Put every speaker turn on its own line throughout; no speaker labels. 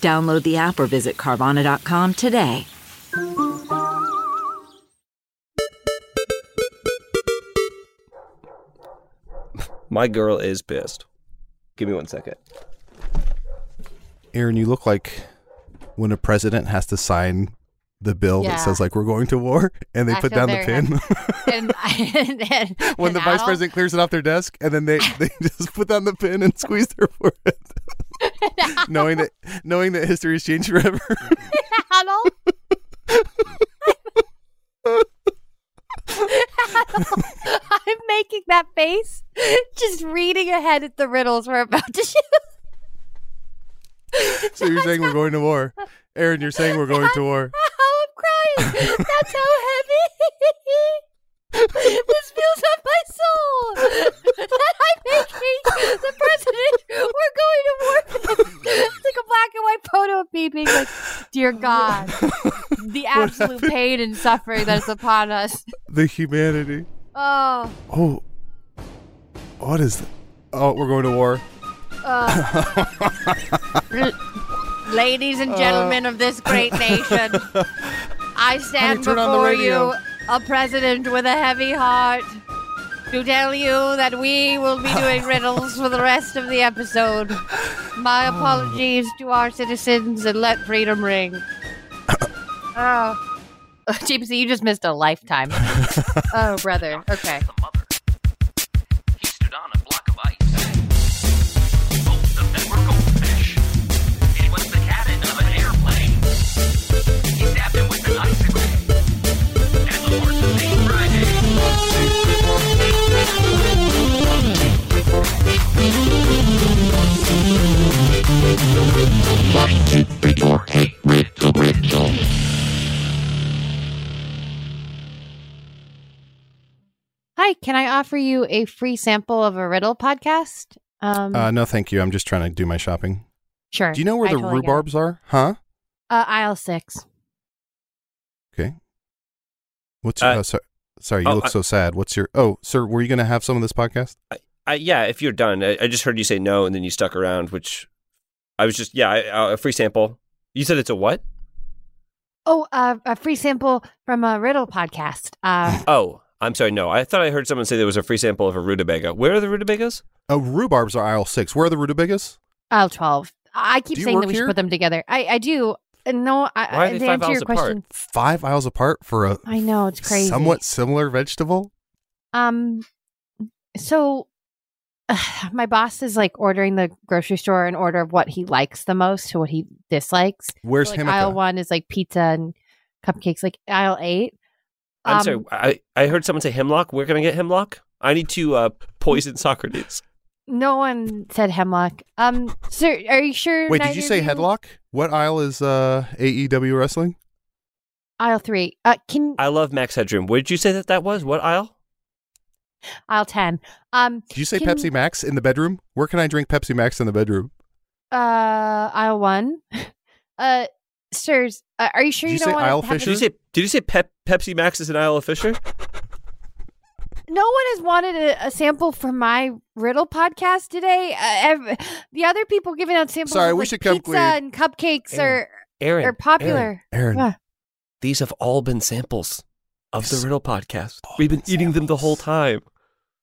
Download the app or visit Carvana.com today.
My girl is pissed. Give me one second.
Aaron, you look like when a president has to sign the bill
Yeah.
that says like we're going to war, and they
I
put
feel
down the
very
pin.
and, and, and
when the
an
vice
adult-
president clears it off their desk, and then they they just put down the pin and squeeze their forehead, knowing that knowing that history has changed forever.
adult? I'm making that face, just reading ahead at the riddles we're about to shoot.
so you're saying we're going to war, Aaron? You're saying we're going to war.
Oh, I'm crying. That's how heavy this feels on my soul. That I'm making the president. We're going to war. it's like a black and white photo of me being like, "Dear God, the absolute pain and suffering that is upon us."
The humanity.
Oh,
Oh, what is? That? Oh, we're going to war.
ladies
Uh,
and gentlemen of this great nation, I stand
Honey, turn on the
before
radio.
you, a president with a heavy heart, to tell you that we will be doing riddles for the rest of the episode. My
Uh.
apologies to our citizens and let freedom ring. oh. Gypsy, you just missed a lifetime. oh, brother. Okay.
the mother. He stood on a block of ice. Both of them were goldfish. It was the cabin of an airplane. He stabbed him with an icicle. And the horses ate Friday.
Hi, can I offer you a free sample of a riddle podcast? Um,
Uh, no, thank you. I'm just trying to do my shopping.
sure.
Do you know where
I
the
totally get it.
rhubarbs are? Huh?
Uh, aisle six.
Okay. What's your,
Uh,
uh, so- sorry, you
oh,
look
I-
so sad. What's your, oh, sir, were you going to have some of this podcast?
I, yeah, if you're done, I, I just heard you say no, and then you stuck around, which I was just yeah, I, uh, a free sample. You said it's a what?
Oh, uh, a free sample from a riddle podcast. Uh,
Oh, I'm sorry. No, I thought I heard someone say there was a free sample of a rutabaga. Where are the rutabagas?
Oh, rhubarbs are aisle six. Where are the rutabagas?
aisle twelve. I keep
Do you
saying
work
that we
here?
should put them together. I, I do. Uh, No, I,
Why are
I-
they
to
five
answer
aisles
your question,
Five aisles apart for a
I know it's crazy.
somewhat similar vegetable?
Um, so uh, my boss is like ordering the grocery store in order of what he likes the most to what he dislikes.
Where's
So,
like
like, aisle one is like pizza and cupcakes. Like aisle eight.
I'm
um,
sorry. I, I heard someone say hemlock. Where can I get hemlock? I need to uh, poison Socrates.
No one said hemlock. Um, sir, are you sure?
Wait, did
neither
you
of
say headlock? What aisle is uh, AEW wrestling?
Aisle three. Uh, can
I love Max Headroom. Where did you say that that was? What aisle?
aisle ten. Um,
Did you say
can-
Pepsi Max in the bedroom? Where can I drink Pepsi Max in the bedroom?
Uh, aisle one. Uh, sirs, uh, are you sure
Did
you,
you
don't
say
want
aisle
to have
Did you
fishes?
A,
say Did you say Pep- Pepsi Max is an aisle of Fisher?
no one has wanted a, a sample from my riddle podcast today. Uh, ev- the other people giving out samples.
Sorry,
of,
we
like,
should come
pizza
clean.
and cupcakes are
Aaron
are popular.
Aaron,
Aaron,
What?
these have all been samples of the
These
Riddle podcast. We've been eating them the whole time.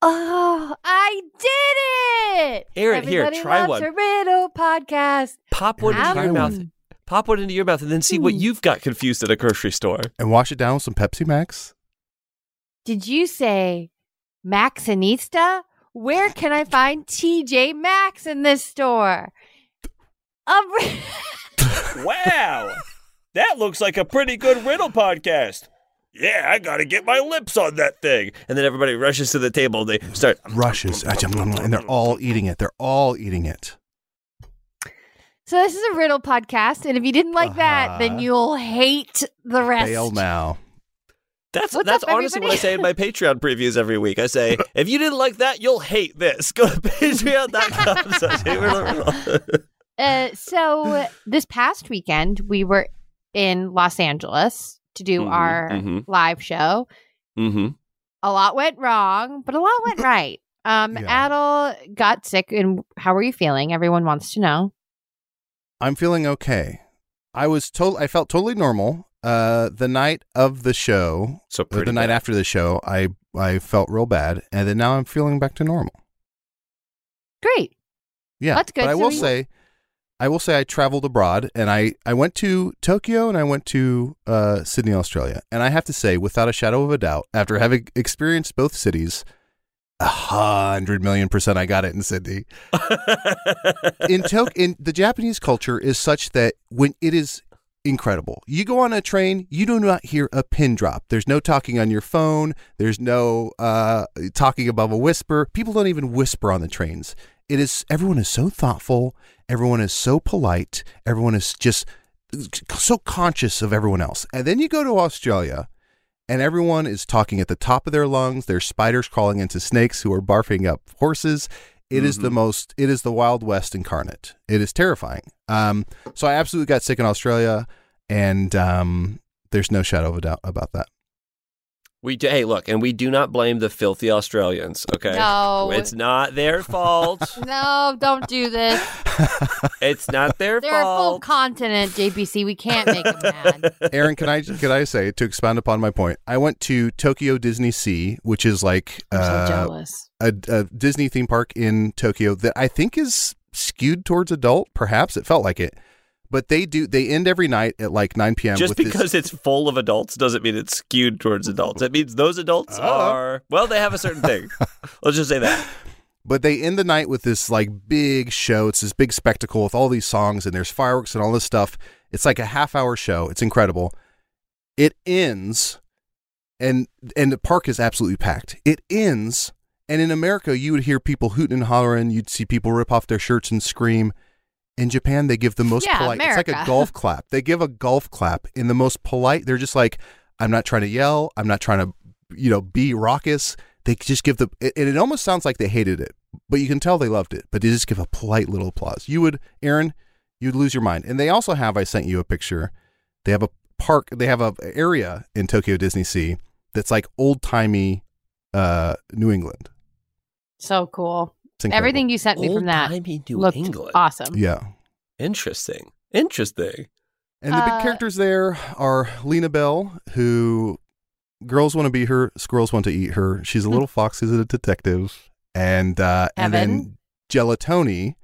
Oh, I did it!
Aaron, here,
Everybody
try
loves
one.
A riddle podcast.
Pop one into
Ow.
your mouth. Pop one into your mouth, and then see what you've got confused at a grocery store.
and wash it down with some Pepsi Max.
Did you say Maxinista? Where can I find TJ Maxx in this store? A ri-
Wow, that looks like a pretty good Riddle podcast. Yeah, I gotta get my lips on that thing. And then everybody rushes to the table. They start.
Rushes, and they're all eating it. They're all eating it.
So this is a riddle podcast, and if you didn't like that, then
Uh-huh.
you'll hate the rest.
Fail now.
That's
What's
that's
up,
honestly what I
everybody?
say in my Patreon previews every week. I say, if you didn't like that, you'll hate this. Go to patreon.com. slash Hey Riddle Riddle.
Uh, so this past weekend, we were in Los Angeles to do
Mm-hmm,
Mhm,
our
mhm.
live show.
mm-hmm.
A lot went wrong, but a lot went right. Um,
Yeah.
Adel got sick, and how are you feeling? Everyone wants to know.
I'm feeling okay. I was told I felt totally normal. Uh, the night of the show,
So
or
pretty
the night
bad.
after the show, I I felt real bad, and then now I'm feeling back to normal.
Great.
Yeah,
That's good.
But I
So
will
you-
say, I will say, I traveled abroad, and I I went to Tokyo and I went to uh, Sydney, Australia, and I have to say, without a shadow of a doubt, after having experienced both cities, a hundred million percent, I got it in Sydney. in Tok in the Japanese culture is such that when it is incredible. You go on a train, you do not hear a pin drop. There's no talking on your phone, there's no uh talking above a whisper. People don't even whisper on the trains. It is everyone is so thoughtful, everyone is so polite, everyone is just so conscious of everyone else. And then you go to Australia and everyone is talking at the top of their lungs. There's spiders crawling into snakes who are barfing up horses. It is the most. It is the Wild West incarnate. It is terrifying. Um, so I absolutely got sick in Australia, and um, there's no shadow of a doubt about that.
We do, hey, look, and we do not blame the filthy Australians. Okay,
No.
it's not their fault.
No, don't do this.
it's not their
They're a full
fault.
continent, JPC. We can't make them mad.
Aaron, can I can I say to expound upon my point? I went to Tokyo Disney Sea, which is like
I'm so
uh,
jealous.
a, a Disney theme park in Tokyo that I think is skewed towards adult. Perhaps it felt like it, but they do. They end every night at like 9 p.m.
Just
with this-
because it's full of adults doesn't mean it's skewed towards adults. It means those adults
Oh.
are well, they have a certain thing. Let's just say that.
But they end the night with this like big show. It's this big spectacle with all these songs and there's fireworks and all this stuff. It's like a half hour show. It's incredible. It ends and and the park is absolutely packed. It ends and in America you would hear people hooting and hollering, you'd see people rip off their shirts and scream. In Japan they give the most
Yeah,
polite it's like a
America.
golf clap. They give a golf clap in the most polite. They're just like I'm not trying to yell, I'm not trying to you know, be raucous. They just give the, and it almost sounds like they hated it, but you can tell they loved it. But they just give a polite little applause. You would, Aaron, you'd lose your mind. And they also have, I sent you a picture. They have a park. They have a area in Tokyo Disney Sea that's like old timey uh, New England.
So cool.
It's incredible.
Everything you sent me from that
Old-timey New
looked
England.
awesome.
Yeah.
Interesting. Interesting.
And the
Uh,
big characters there are Lena Bell, who girls want to be her, squirrels want to eat her. She's a
Hmm.
little fox who's a detective, and uh, and
Evan.
then Gelatoni,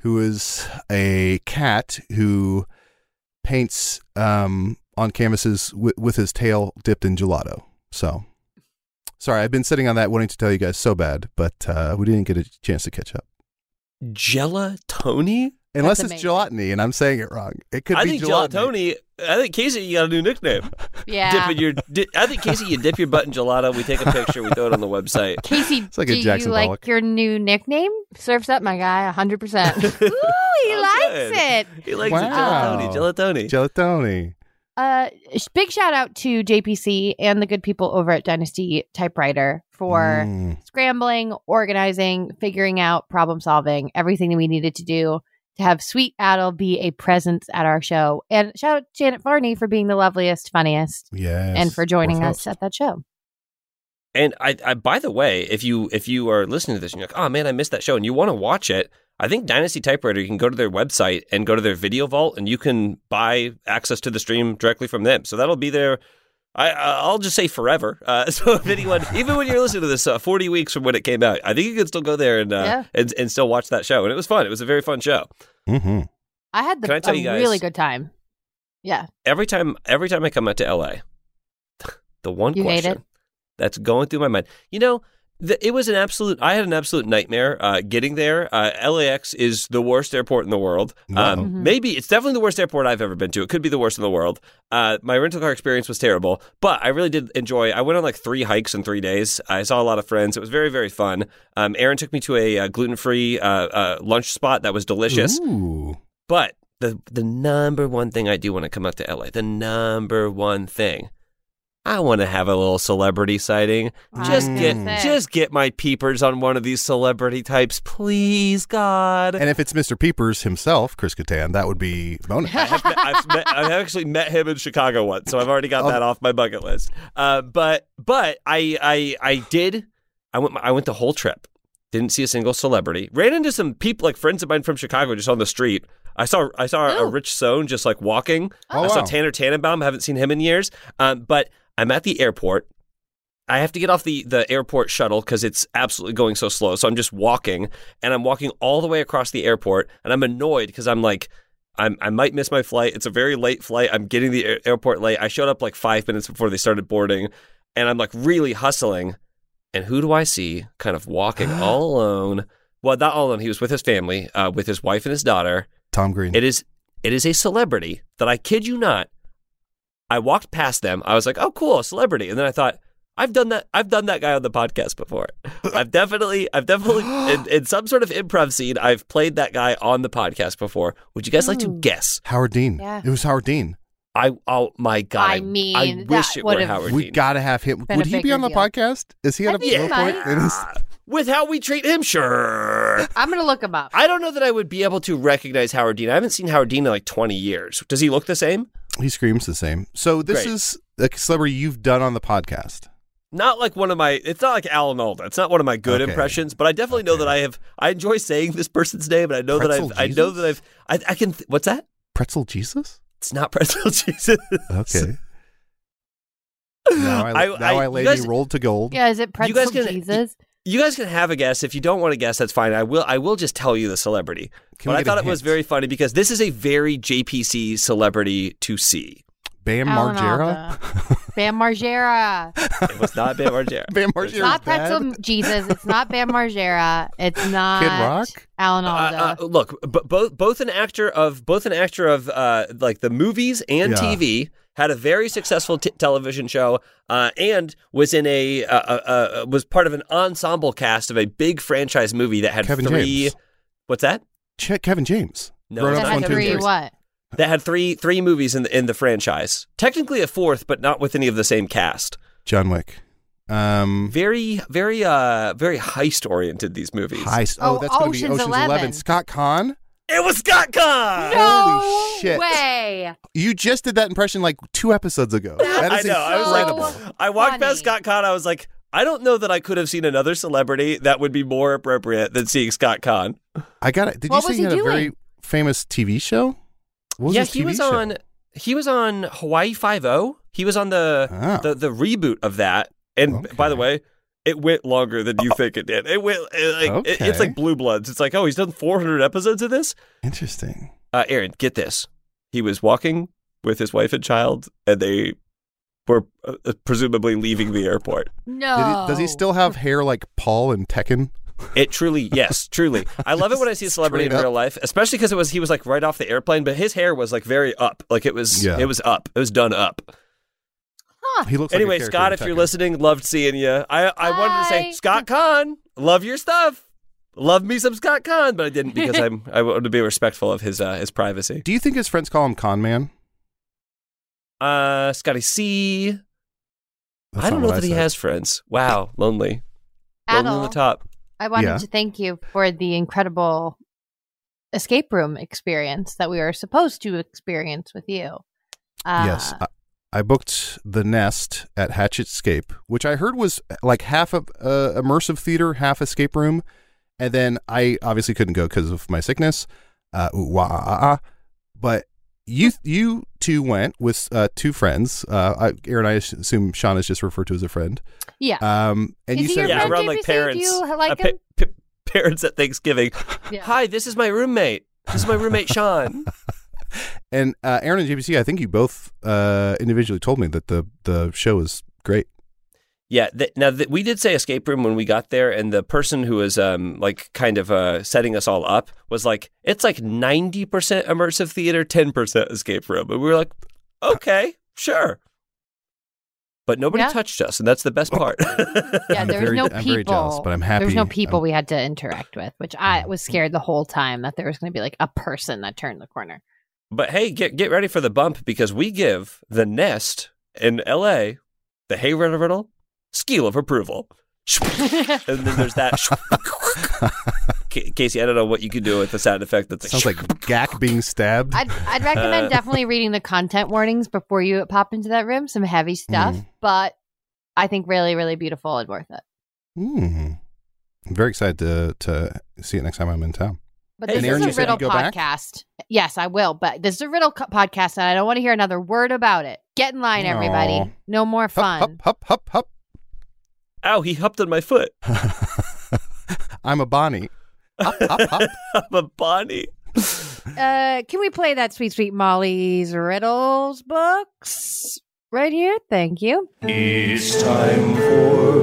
who is a cat who paints um, on canvases wi with his tail dipped in gelato. So, sorry, I've been sitting on that, wanting to tell you guys so bad, but uh, we didn't get a chance to catch up.
Gelatoni?
Unless it's
amazing.
gelatony, and I'm saying it wrong. It could
I
be
think gelatoni.
gelatony.
I think Casey, you got a new nickname.
Yeah.
Dipping your. Di- I think Casey, you dip your butt in gelato. We take a picture. We throw it on the website.
Casey,
like a
do you
Jackson
like
Pollock.
your new nickname? Surfs up, my guy, 100%. Ooh, he
Oh,
likes
good.
it.
He likes
Wow.
it. Gelatoni. Gelatoni.
Gelatoni.
Uh, sh- big shout out to JPC and the good people over at Dynasty Typewriter for
Mm.
scrambling, organizing, figuring out, problem solving, everything that we needed to do to have Sweet Adel be a presence at our show. And shout out to Janet Varney for being the loveliest, funniest,
Yes.
and for joining
We're
us
host.
at that show.
And I, I, by the way, if you if you are listening to this and you're like, oh man, I missed that show, and you want to watch it, I think Dynasty Typewriter. You can go to their website and go to their video vault, and you can buy access to the stream directly from them. So that'll be there. I I- I'll just say forever. Uh, so if anyone, even when you're listening to this, uh, 40 weeks from when it came out, I think you can still go there and uh,
Yeah.
and and still watch that show. And it was fun. It was a very fun show.
Mhm.
I had the
Can I tell
a
you guys-
really good time. Yeah.
every time every time I come out to LA, the one
You hate
question that's going through my mind, you know, the, it was an absolute. I had an absolute nightmare uh, getting there. Uh, LAX is the worst airport in the world.
Wow.
Um,
Mhm.
Maybe it's definitely the worst airport I've ever been to. It could be the worst in the world. Uh, my rental car experience was terrible, but I really did enjoy. I went on like three hikes in three days. I saw a lot of friends. It was very very fun. Um, Aaron took me to a, uh gluten free uh, uh, lunch spot that was delicious.
Ooh.
But the the number one thing I do when I come out to LA, the number one thing, I want to have a little celebrity sighting.
I
Just
was
get
gonna say.
just get my peepers on one of these celebrity types, please, God.
And if it's Mr. Peepers himself, Chris Kattan, that would be bonus.
I have met, I've, met, I've actually met him in Chicago once, so I've already got that off my bucket list. Uh, but but I I I did I went I went the whole trip, didn't see a single celebrity. Ran into some people like friends of mine from Chicago just on the street. I saw I saw a
Ooh.
Rich Sohn just like walking.
Oh,
I
wow.
saw Tanner Tannenbaum. Haven't seen him in years. Um, but I'm at the airport. I have to get off the, the airport shuttle because it's absolutely going so slow. So I'm just walking and I'm walking all the way across the airport and I'm annoyed because I'm like, I'm, I might miss my flight. It's a very late flight. I'm getting the air- airport late. I showed up like five minutes before they started boarding and I'm like really hustling. And who do I see kind of walking all alone? Well, not all alone. He was with his family, uh, with his wife and his daughter.
Tom Green.
It is it is a celebrity that I kid you not. I walked past them. I was like, "Oh, cool, a celebrity." And then I thought, "I've done that. I've done that guy on the podcast before. I've definitely, I've definitely in, in some sort of improv scene, I've played that guy on the podcast before." Would you guys like to
Mm.
Ooh.
guess?
Howard Dean.
Yeah.
It was Howard Dean.
I oh my god!
I mean,
I wish
that
it were
would've-
Howard
We
Dean.
got to have him.
Been a
Would he
big
be on the
reveal.
podcast? Is he
I
on a
think he
low
might.
point? in his-
with how we treat him, sure.
I'm gonna look him up.
I don't know that I would be able to recognize Howard Dean. I haven't seen Howard Dean in like twenty years. Does he look the same?
He screams the same. So this
Great.
is a celebrity you've done on the podcast.
not like one of my it's not like alan alda it's not one of my good
Okay.
impressions but i definitely know that i have i enjoy saying this person's name and i know
Pretzel
that i've i know
Jesus?
that i've i, I can th- what's that
Pretzel Jesus.
it's not pretzel jesus
Okay. now I,
I-
now
I-
I,
you
lay
guys-
me rolled to gold.
yeah, is it
You
pretzel
guys gonna-
Jesus?
you guys can have a guess if you don't want to guess that's fine i will i will just tell you the celebrity
Can we
but i
get a
thought it was
hint?
very funny because this is a very jpc celebrity to see
Bam
Alan
Margera.
Bam Margera.
it was not bam margera
Bam
It's
Margera.
not
was bad.
pretzel Jesus. It's not Bam Margera. It's not
Rock?
Alan Alda.
Uh, uh, look, b- both both an actor of both an actor of uh, like the movies and
Yeah.
TV had a very successful t- television show uh, and was in a uh, uh, uh, was part of an ensemble cast of a big franchise movie that had
Kevin
three.
James.
What's that?
Che- Kevin James.
No,
Grown
it's
that
Ups
had
not
One, Two, and
three
Three.
what?
That had three three movies in the in the franchise. Technically a fourth, but not with any of the same cast.
John Wick. Um,
Very very uh very heist oriented these movies.
heist. Oh,
Oh,
that's going to be
Ocean's
Ocean's Eleven.
Eleven.
Scott Kahn.
It was Scott Kahn.
No
shit.
way.
You just did that impression like two episodes ago. That is
I know. I
incredible.
was like, I walked
funny.
past Scott Kahn. I was like, I don't know that I could have seen another celebrity that would be more appropriate than seeing Scott Kahn.
I got it. Did
What
you
was
say
he
he had a very
doing?
famous TV show? What
yeah,
his
he
TV
was
show?
on. He was on Hawaii Five O. He was on the,
Ah.
the the reboot of that. And b- by the
Okay.
way, it went longer than you think it did. It went it, like it- it's
Okay.
like Blue Bloods. It's like oh, he's done 400 episodes of this.
Interesting.
Uh, Aaron, get this. He was walking with his wife and child, and they were uh, presumably leaving the airport.
No.
Did he,
Oh.
does he still have hair like Paul and Tekken?
It truly, yes, truly. I love it when I see a celebrity in
Straight up.
real life, especially because it was he was like right off the airplane, but his hair was like very up, like it was
Yeah.
it was up, it was done up.
He looks. like a
anyway,
character
Scott,
in
if you're
Tekken.
listening, loved seeing you. I I wanted to
Hi.
say Scott Kahn, love your stuff, love me some Scott Kahn, but I didn't because I'm I wanted to be respectful of his uh, his privacy.
do you think his friends call him Con Man?
Uh, Scotty C.
That's
I don't
not
know
what
that he
said.
has friends. Wow, lonely,
At
lonely on
all.
the top.
I wanted
Yeah.
to thank you for the incredible escape room experience that we were supposed to experience with you. Uh,
yes, I, I booked the Nest at Hatchetscape, which I heard was like half a uh, immersive theater, half escape room, and then I obviously couldn't go because of my sickness. Uh, ooh, wah, ah, ah, ah. But you you two went with uh, two friends. Uh, I, Aaron, I assume Sean is just referred to as a friend.
Yeah.
Um, and
Is
you
he
said
your
yeah,
friend,
around like
JBC? Do
parents.
you like
uh, pa-
him?
pa- parents at Thanksgiving.
Yeah.
Hi, this is my roommate. This is my roommate Sean.
And uh, Aaron and JBC, I think you both uh, individually told me that the the show was great.
yeah. Th- now th- we did say escape room when we got there, and the person who was um like kind of uh setting us all up was like, it's like ninety percent immersive theater, ten percent escape room, and we were like, okay, sure. But nobody
Yeah.
touched us, and that's the best part.
Yeah,
I'm
there was
very-
no
I'm
people.
very jealous, but I'm
There was no
happy-
people
I'm- Mm.
we had to interact with, which I was scared the whole time that there was going to be like a person that turned the corner.
But hey, get get ready for the bump because we give the nest in L.A. the hay riddle riddle skill of approval. and then there's that. Ca- Casey, I don't know what you can do with the sound effect. That's
Sounds like Gak being stabbed.
I'd, I'd recommend definitely reading the content warnings before you pop into that room. Some heavy stuff,
Mm.
but I think really, really beautiful and worth it.
Hmm. I'm very excited to to see it next time I'm in town.
But
Hey,
this
and Aaron, you
is a
said
riddle
you go back?
podcast. Yes, I will. But this is a riddle co- podcast, and I don't want to hear another word about it. Get in line, everybody.
Aw.
No more fun.
Hup, hup, hup, hup,
ow, he hopped on my foot.
hup. I'm a Bonnie. Hup, hup, hup.
I'm a Bonnie.
Uh, can we play that sweet, sweet Molly's riddles books right here? Thank you.
It's time for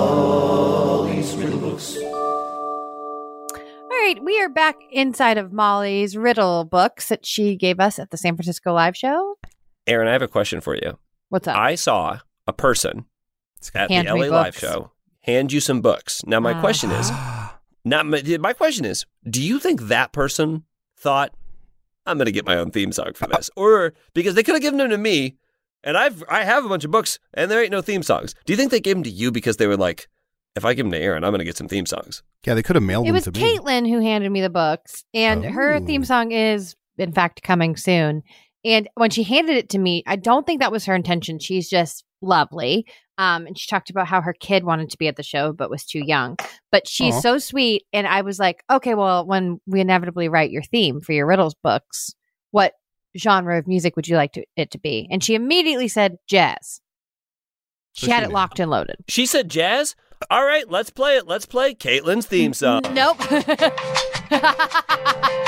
Molly's Riddle Books.
All right, we are back inside of Molly's riddle books that she gave us at the San Francisco live show.
Aaron, I have a question for you.
What's up?
I saw a person at
Hand
the
me
LA live
books.
show hand you some books. Now, my
Ah.
question is not my, my question is, do you think that person thought I'm going to get my own theme song for this, or because they could have given them to me, and I've I have a bunch of books and there ain't no theme songs. Do you think they gave them to you because they were like, if I give them to Aaron, I'm going to get some theme songs?
Yeah, they could have mailed
it
them
was
to me.
Caitlin who handed me the books, and her
Oh.
theme song is, in fact, coming soon. And when she handed it to me, I don't think that was her intention. She's just lovely. Um, and she talked about how her kid wanted to be at the show but was too young. But she's
Aw.
so sweet. And I was like, okay, well, when we inevitably write your theme for your riddles books, what genre of music would you like to, it to be? And she immediately said jazz.
So
She had
she
it
knew.
locked and loaded.
She said jazz. All right, let's play it. Let's play Caitlin's theme
Mm-hmm.
song.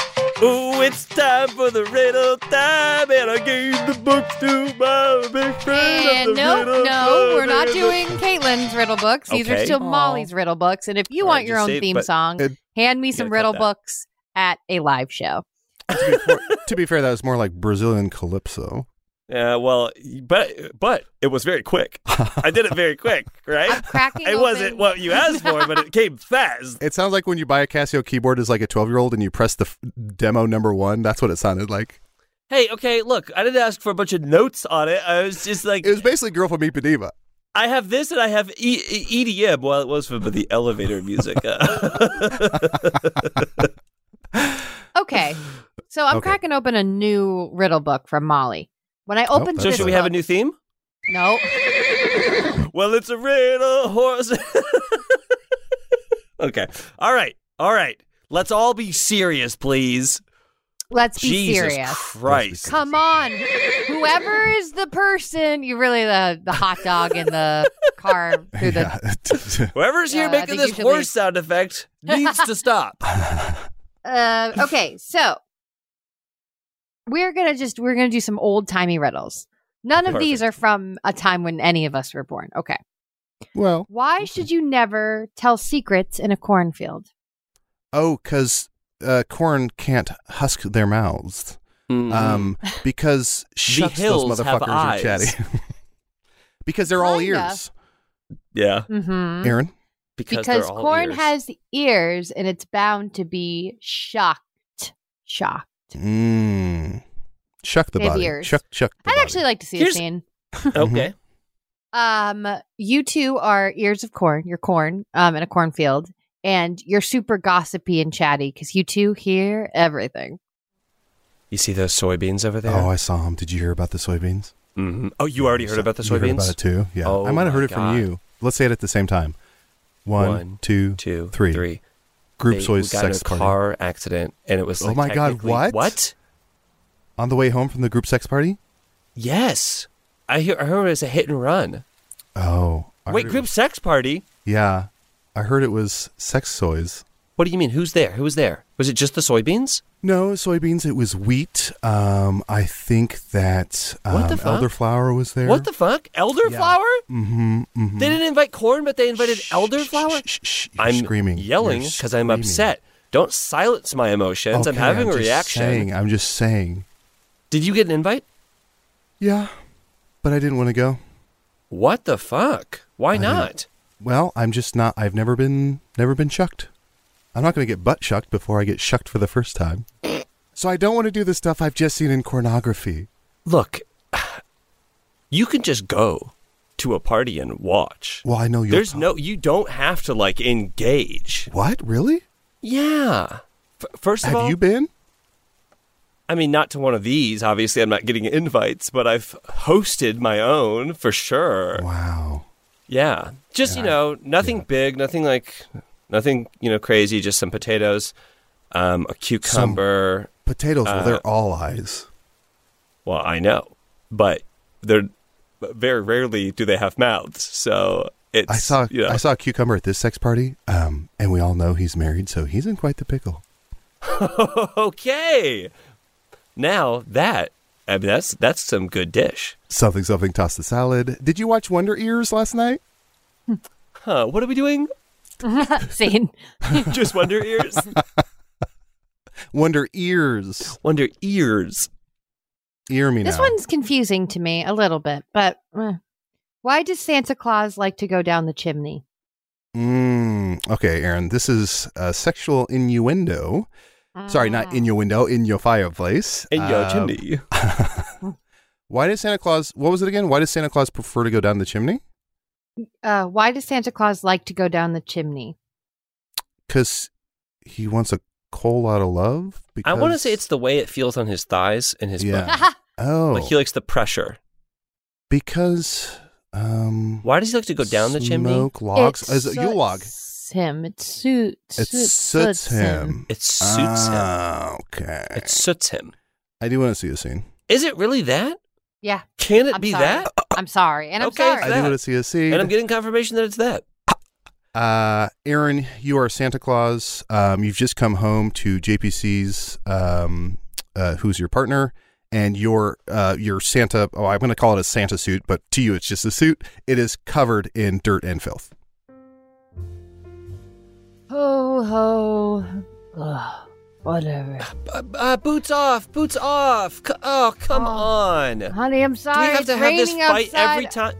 Nope.
Ooh, it's time for the riddle time, and I gave the books to my big friend. of
And
the
no,
riddle
no, we're not
club.
doing Caitlin's riddle books. These
Okay.
are still
Aw.
Molly's riddle books. And if you
All
want
right,
your
just
own
say-
theme
but-
song,
Uh,
hand me
you
some
gotta cut
riddle
that.
books at a live show.
to be fair, that was more like Brazilian calypso.
Yeah, well, but but it was very quick. I did it very quick, right?
I'm cracking.
It wasn't
open-
what you asked for, but it came fast.
It sounds like when you buy a Casio keyboard as like a 12 year old and you press the f- demo number one. That's what it sounded like.
Hey, okay, look, I didn't ask for a bunch of notes on it. I was just like,
It was basically Girl from Ipanema. Diva.
I have this and I have e- E- EDM. Well, it was for the elevator music.
Okay. So I'm
Okay.
cracking open a new riddle book from Molly. When I opened
that's
so,
this,
should we have a
book-
new theme?
No.
Well, it's a riddle horse. okay, all right, all right. Let's all be serious, please.
Let's be
Jesus
serious.
Christ.
Come on. Whoever is the person, you really the the hot dog in the car through the
Yeah.
Whoever's here
Yeah, I
making
think
this
you should
horse
leave.
sound effect needs to stop.
Uh, okay, so we're gonna just we're gonna do some old timey riddles. None of these are from a time when any of us were born. Okay.
well,
Why should you never tell secrets in a cornfield?
oh, because uh, corn can't husk their mouths. Um, because shucks those
Hmm. hills have
motherfuckers are chatty.
eyes.
because they're all
Kinda.
ears.
yeah,
Mm-hmm.
Aaron,
because,
Because,
they're all
corn
ears.
has ears and it's bound to be shocked. Shocked.
mm. shuck the
They have
body.
ears.
Shuck, shuck. The
I'd
body.
actually like to see
Here's-
a scene.
Okay.
Um, you two are ears of corn. You're corn, um, in a cornfield, and you're super gossipy and chatty because you two hear everything.
You see those soybeans over there?
Oh, I saw him. Did you hear about the soybeans?
hmm oh you already heard about the
You
soybeans?
heard about it too. Yeah,
Oh
I might have
my
heard it from
God.
you. Let's say it at the same time. One,
One,
two,
Two,
three.
three.
Group
They
soy
got in
sex
a
party
car accident, and it was
Oh
like,
my God,
technically-
what?
What?
on the way home from the group sex party.
Yes, I hear. I heard it was a hit and run.
Oh, I heard
Wait,
it
group
was-
sex party?
yeah, I heard it was sex soys.
What do you mean? Who's there? Who was there? Was it just the soybeans?
No soybeans. It was wheat. Um, I think that um,
What the fuck?
elderflower was there.
What the fuck? Elderflower?
Mm-hmm. mm-hmm.
They didn't invite corn, but they invited elderflower.
Shh, shh, shh, You're
I'm
screaming,
yelling
You're
because I'm
screaming.
upset. Don't silence my emotions. I'm
Okay,
having a
just
reaction.
saying, I'm just saying.
Did you get an invite?
Yeah, but I didn't want to go.
What the fuck? Why
I didn't-
not?
Well, I'm just not. I've never been never been shucked. I'm not going to get butt shucked before I get shucked for the first time. So I don't want to do the stuff I've just seen in pornography.
Look, you can just go to a party and watch.
Well, I know you're.
There's no, you don't have to like engage.
What really?
Yeah. F- first of
Have
all,
you been?
I mean, not to one of these. Obviously, I'm not getting invites, but I've hosted my own for sure.
Wow.
Yeah. Just, you know, nothing big, nothing like, nothing, you know, crazy, just some potatoes, um, a cucumber.
Potatoes. well,
Uh,
they're all eyes.
Well, I know, but they're but very rarely do they have mouths. So it's,
I saw
you know,
I saw a cucumber at this sex party, um, and we all know he's married, so he's in quite the pickle.
okay. Now that, I mean, that's, that's some good dish.
Something something toss the salad. Did you watch Wonder Ears last night?
Huh, what are we doing?
Scene.
Just wonder ears?
Wonder Ears.
wonder ears.
Ear me
This
now.
one's confusing to me a little bit, but eh. why does Santa Claus like to go down the chimney?
Mm, okay, Aaron. This is uh, sexual innuendo. Sorry,
Ah. Uh,
not in your window, in your fireplace.
And your
Uh,
chimney.
Why does Santa Claus? What was it again? Why does Santa Claus prefer to go down the chimney?
Uh, why does Santa Claus like to go down the chimney?
Because he wants a coal out of love.
I
Because...
want to say it's the way it feels on his thighs and his
Yeah.
butt.
oh
Like he likes the pressure.
because um
Why does he like to go down the chimney?
Smoke logs
It
as a Yule log.
suits Him. It suits.
It suits him.
It suits him.
ah, Okay.
It suits him.
I do want to see a scene.
Is it really that?
Yeah.
Can it
I'm
be
sorry.
that?
I'm sorry, and I'm
Okay, it's
I
sorry.
do
that?
want to see a scene.
And I'm getting confirmation that it's that.
Uh, Aaron, you are Santa Claus. Um, you've just come home to JPC's, um, uh, who's your partner, and your uh, your Santa. Oh, I'm going to call it a Santa suit, but to you, it's just a suit. It is covered in dirt and filth.
Ho ho. Ugh, whatever.
Uh, uh, boots off, boots off. C- oh, come
Oh.
on. Do
Honey, I'm
we
sorry.
have
it's
to have this
raining
fight
outside.
every time?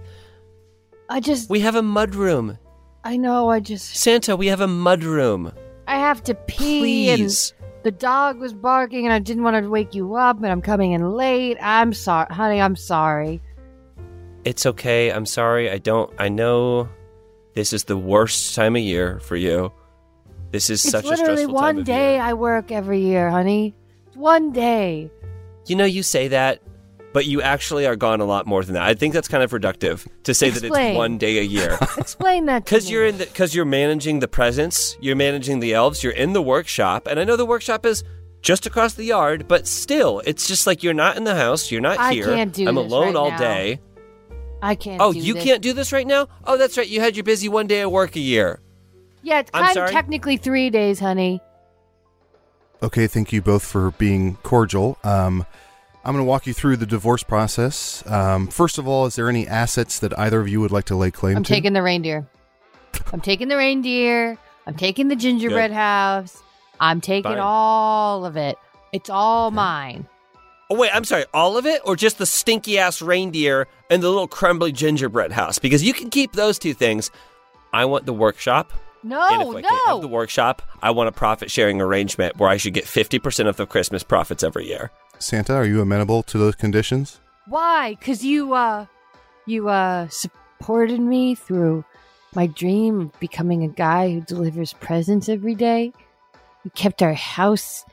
I just.
We have a mud room.
I know. I just.
Santa, we have a mud room.
I have to pee,
Please.
and the dog was barking, and I didn't want to wake you up, and I'm coming in late. I'm sorry, honey. I'm sorry.
It's okay. I'm sorry. I don't. I know this is the worst time of year for you. This is such
it's
a stressful
literally
time
one
of
day
year.
I work every year, honey. It's one day.
You know, you say that, but you actually are gone a lot more than that. I think that's kind of reductive to say that
Explain.
it's one day a year.
Explain that to
Because
me.
you're in, because you're managing the presents, you're managing the elves, you're in the workshop, and I know the workshop is just across the yard, but still, it's just like you're not in the house, you're not
I
here.
can't do
I'm
this
alone
right
all
now.
day.
I can't.
Oh,
do
you
this.
can't do this right now. Oh, that's right. You had your busy one day at work a year.
Yeah, it's
I'm
kind of
sorry?
technically three days, honey.
Okay, thank you both for being cordial. Um, I'm going to walk you through the divorce process. Um, first of all, is there any assets that either of you would like to lay claim
I'm
to?
taking the reindeer. I'm taking the reindeer. I'm taking the gingerbread house. I'm taking
Fine.
all of it. It's all mine.
Oh wait, I'm sorry. All of it, or just the stinky ass reindeer and the little crumbly gingerbread house? Because you can keep those two things. I want the workshop. and if
No,
I can't have the
Oh, no.
workshop, I want a profit sharing arrangement where I should get fifty percent of the Christmas profits every year.
Santa, are you amenable to those conditions?
Why? Because you, uh, you, uh, supported me through my dream of becoming a guy who delivers presents every day. You kept our house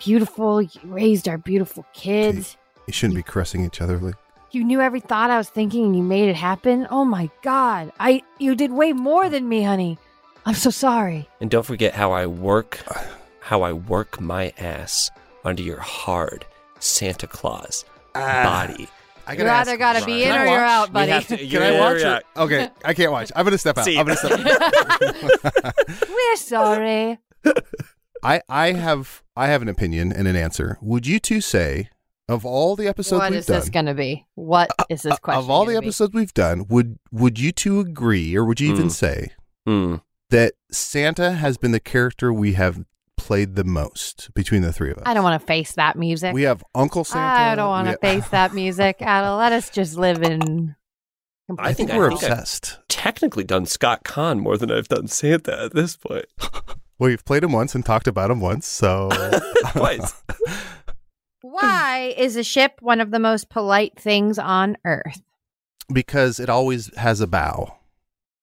beautiful. You raised our beautiful kids.
You shouldn't be caressing each other. Like,
You knew every thought I was thinking and you made it happen. Oh my god. I you did way more than me, honey. I'm so sorry.
And don't forget how I work, how I work my ass under your hard Santa Claus
Ah.
body.
I
You either gotta
Ryan.
be
Can
in
I
or you're out, buddy.
Can I watch it? Okay, I can't watch. I'm gonna step out.
See.
I'm gonna step out.
We're sorry.
I I have I have an opinion and an answer. Would you two say of all the episodes
what
we've
is
done,
this gonna be? What is this question?
of all the
gonna be?
episodes we've done, would would you two agree, or would you even
Mm.
say
Hmm.
that Santa has been the character we have played the most between the three of us?
I don't wanna face that music.
We have Uncle Santa.
I don't wanna
we have-
face that music. Adel, let us just live in
I think,
we're
I think I've
obsessed.
technically done Scott Kahn more than I've done Santa at this point.
Well, you've played him once and talked about him once, so
Twice.
Why is a ship one of the most polite things on Earth?
because it always has a bow.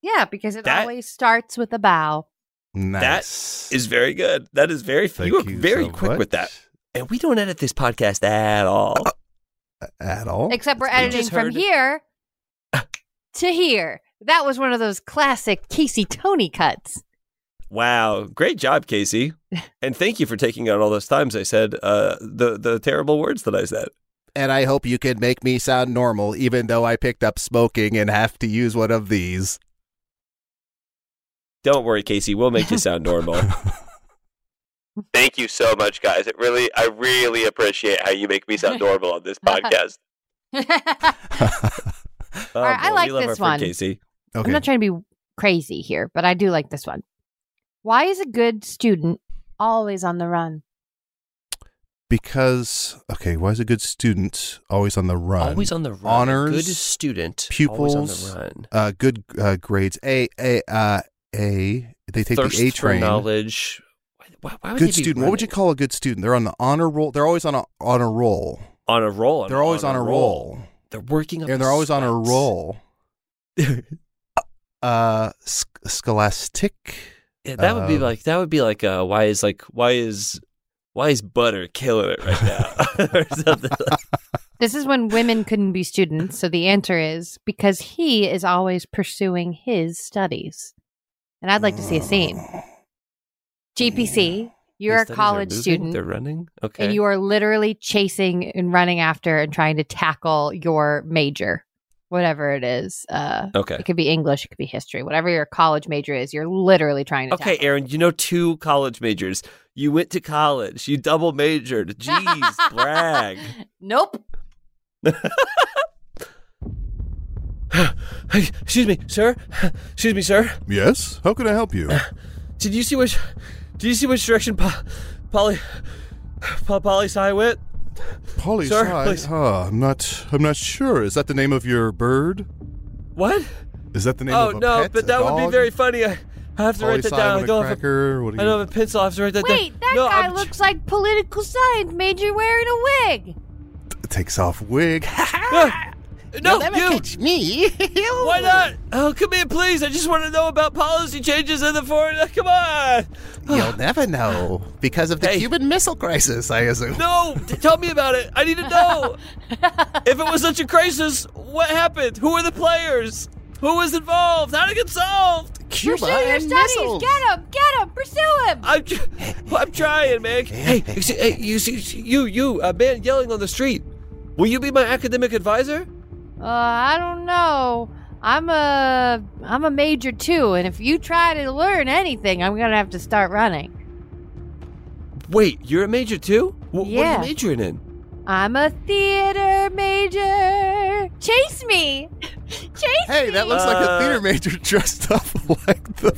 Yeah, because it
That-
always starts with a bow.
Nice.
Is very good. That is very.
Thank
you were very
so
quick
much. Uh,
with that. And we don't edit this podcast at all.
at
Oh,
all.
Except we're
We
editing
just
from
heard-
here to here. That was one of those classic Casey Tony cuts.
Wow, great job, Casey, and thank you for taking out all those times I said uh, the the terrible words that I said.
and I hope you can make me sound normal, even though I picked up smoking and have to use one of these.
Don't worry, Casey. We'll make you sound normal. Thank you so much, guys. It really, I really appreciate how you make me sound normal on this podcast. Oh,
right, I
boy,
like
we love
this
our friend
one.
Casey.
Okay.
I'm not trying to be crazy here, but I do like this one. Why is a good student always on the run?
because okay, why is a good student always on the run?
Always on the run.
Honors,
Good student.
pupils,
Always on the run.
uh, good uh, grades. A A uh, A. They take
Thirst
the A
for
train.
knowledge. Why, why, why would
Good
they be
student. What would you
running?
call a good student? They're on the honor roll. They're always on a on a roll.
on a roll? on-
they're always on, a roll,
They're working up,
and they're always on a
sweats.
roll. uh, sc- scholastic.
Yeah, that would be
Um,
like that would be like uh, why is like why is why is butter killing it right now or something. like-
This is when women couldn't be students. So the answer is because he is always pursuing his studies. And I'd like to see a scene. GPC, you're
Their
a
studies are
college
moving,
student.
They're running. Okay.
and you are literally chasing and running after and trying to tackle your major, whatever it is. Uh,
okay.
It could be English, it could be history, whatever your college major is. You're literally trying to.
Okay,
tackle.
Aaron, you know two college majors. You went to college. You double majored. Jeez, brag.
Nope.
Excuse me, sir. Excuse me, sir.
Yes. How can I help you?
Did you see which? Did you see which direction po- Polly po- Polly Sci went?
Polly
Sir,
Sci-
please.
huh, I'm not. I'm not sure. Is that the name of your bird?
What?
Is that the name
Oh
of a
no,
pet,
but
a
that would
dog?
be very funny. I, I have to
Polly
write that
Sci
down.
with
I
a
don't have a
cracker? What do
I
you?
don't have a pencil. I have to write that down.
Wait, that
No,
guy
I'm-
looks like political science major wearing a wig.
takes off wig.
Ah! No, you catch me. Why not? Oh, come here, please. I just want to know about policy changes in the foreign. uh, Come on.
You'll never know because of the
Hey.
Cuban Missile Crisis, I assume.
No, t- tell me about it. I need to know. if it was such a crisis, what happened? Who were the players? Who was involved? How did it get solved?
Pursue your studies. Get him. Get him. Pursue him.
I'm, tr- I'm trying, man. Hey, you see, hey, you, see, you, you, a man yelling on the street. Will you be my academic advisor?
Uh, I don't know. I'm a I'm a major too, and if you try to learn anything, I'm gonna have to start running.
Wait, you're a major too? Wh- What
Yeah.
are you majoring in?
I'm a theater major. Chase me. Chase
Hey, that looks like a
Uh,
theater major dressed up like the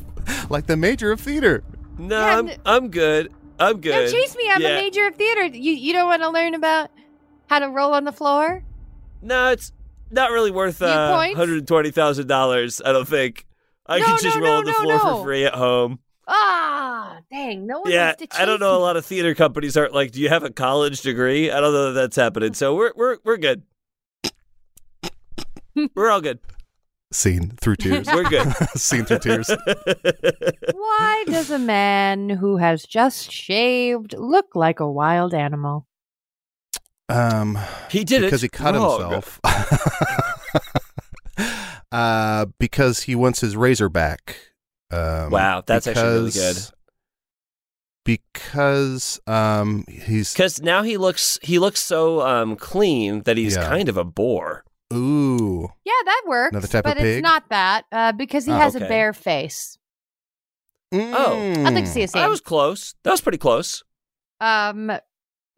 like the major of theater.
No,
Yeah,
I'm,
n-
I'm good. I'm
me. No,
good.
chase me. I'm
Yeah.
a major of theater. You you don't want to learn about how to roll on the floor?
No, it's not really worth
Few
uh,
points?
$120,000, I don't think. I
No,
could just
no,
roll
no,
on the
no,
floor
no.
for free at home.
Ah, dang. No one
yeah,
wants to chase
I don't know. A
me.
lot of theater companies aren't like, do you have a college degree? I don't know that that's happening. So we're we're we're good. we're all good.
Seen through tears.
We're good.
Seen through tears.
Why does a man who has just shaved look like a wild animal?
Um,
He did it Oh,
because he cut
wrong.
himself. uh, because he wants his razor back. Um,
Wow, that's actually really
because-
good.
Because um, he's
Because now he looks he looks so um, clean that he's
Yeah.
kind of a bore.
ooh.
Yeah, that works.
Another type of
but
pig?
it's not that uh, because he
Ah,
has
okay.
a bare face.
Oh,
Mm.
I'd like to see a scene.
I was close. That was pretty close.
Um,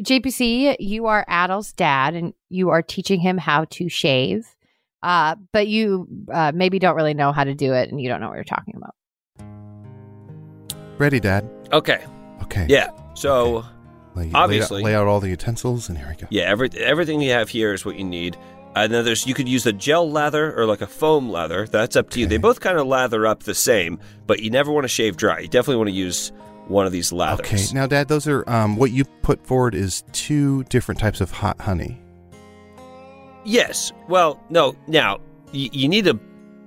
JPC, you are Adel's dad, and you are teaching him how to shave. Uh, but you uh, maybe don't really know how to do it, and you don't know what you're talking about.
Ready, Dad.
Okay.
Okay.
Yeah. So
Lay- Lay,
Obviously.
Lay out, all the utensils, and here we go.
yeah, every, everything you have here is what you need. And then there's you could use a gel lather or like a foam lather. That's up to you. They both kind of lather up the same, but you never want to shave dry. You definitely want to use one of these lathers.
Okay, now, Dad, those are um, what you put forward is two different types of hot honey.
Yes. Well, no. Now y- you need a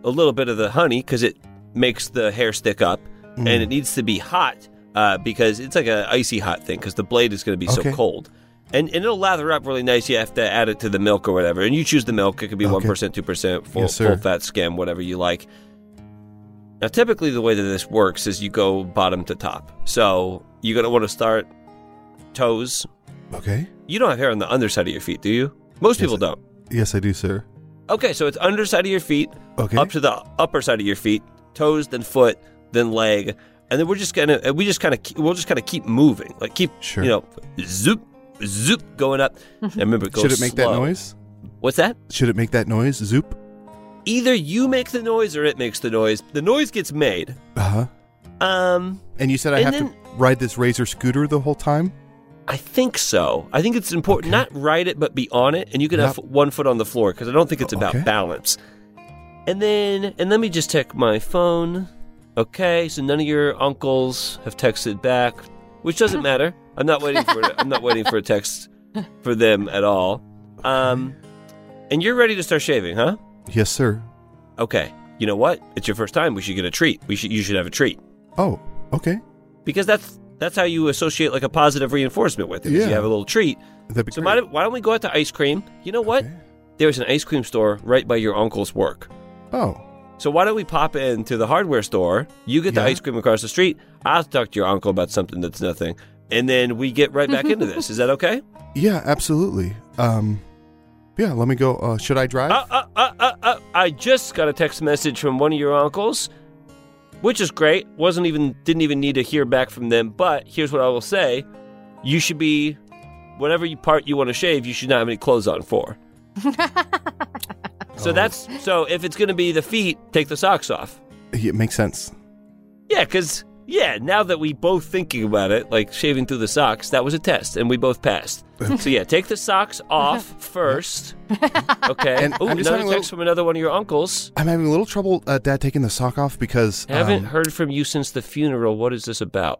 a little bit of the honey because it makes the hair stick up,
Mm.
and it needs to be hot uh, because it's like an icy hot thing because the blade is going to be
Okay.
so cold. And, and it'll lather up really nice. You have to add it to the milk or whatever. And you choose the milk. It could be
Okay.
one percent, two percent, full
Yes, sir.
full fat skim, whatever you like. Now, typically, the way that this works is you go bottom to top. So you're gonna want to start toes.
Okay.
You don't have hair on the underside of your feet, do you? Most
Yes,
people
I-
don't.
Yes, I do, sir.
Okay, so it's underside of your feet,
Okay.
up to the upper side of your feet, toes, then foot, then leg, and then we're just gonna and we just kind of we'll just kind of keep moving, like keep
Sure. Mm-hmm.
you know, zoop zoop going up. And remember, it goes
Should it make that
slow.
noise?
What's that?
Should it make that noise? Zoop.
Either you make the noise or it makes the noise. The noise gets made.
Uh huh.
Um,
And you said I
And
have
then-
to ride this razor scooter the whole time?
I think so. I think it's important
Okay.
not ride it, but be on it, and you can have
Yep.
one foot on the floor because I don't think it's about
Okay.
balance. And then, and let me just check my phone. Okay, so none of your uncles have texted back, which doesn't matter. I'm not waiting for it. I'm not waiting for a text for them at all. Um, and you're ready to start shaving, huh?
Yes, sir.
Okay. You know what? It's your first time. We should get a treat. We should. You should have a treat.
Oh, okay.
because that's that's how you associate like a positive reinforcement with it. is
Yeah.
You have a little treat.
That'd be
So
great.
might, why don't we go out to ice cream? You know what?
Okay.
There's an ice cream store right by your uncle's work.
Oh,
So why don't we pop into the hardware store? You get the
Yeah.
ice cream across the street. I'll talk to your uncle about something that's nothing, and then we get right back into this. Is that okay?
yeah, absolutely. Um, yeah, let me go. Uh, should I drive?
Uh, uh, uh, uh, uh, I just got a text message from one of your uncles, which is great. wasn't even didn't even need to hear back from them. But here's what I will say: you should be, whatever you part you want to shave, you should not have any clothes on for. so that's so. If it's going to be the feet, take the socks off.
it makes sense.
Yeah, because yeah, now that we both thinking about it, like shaving through the socks, that was a test, and we both passed. so yeah, take the socks off first. Okay.
And
Ooh,
I'm just
another
having
text
a little-
from another one of your uncles.
I'm having a little trouble, uh, Dad, taking the sock off because
Haven't
um,
heard from you since the funeral. What is this about?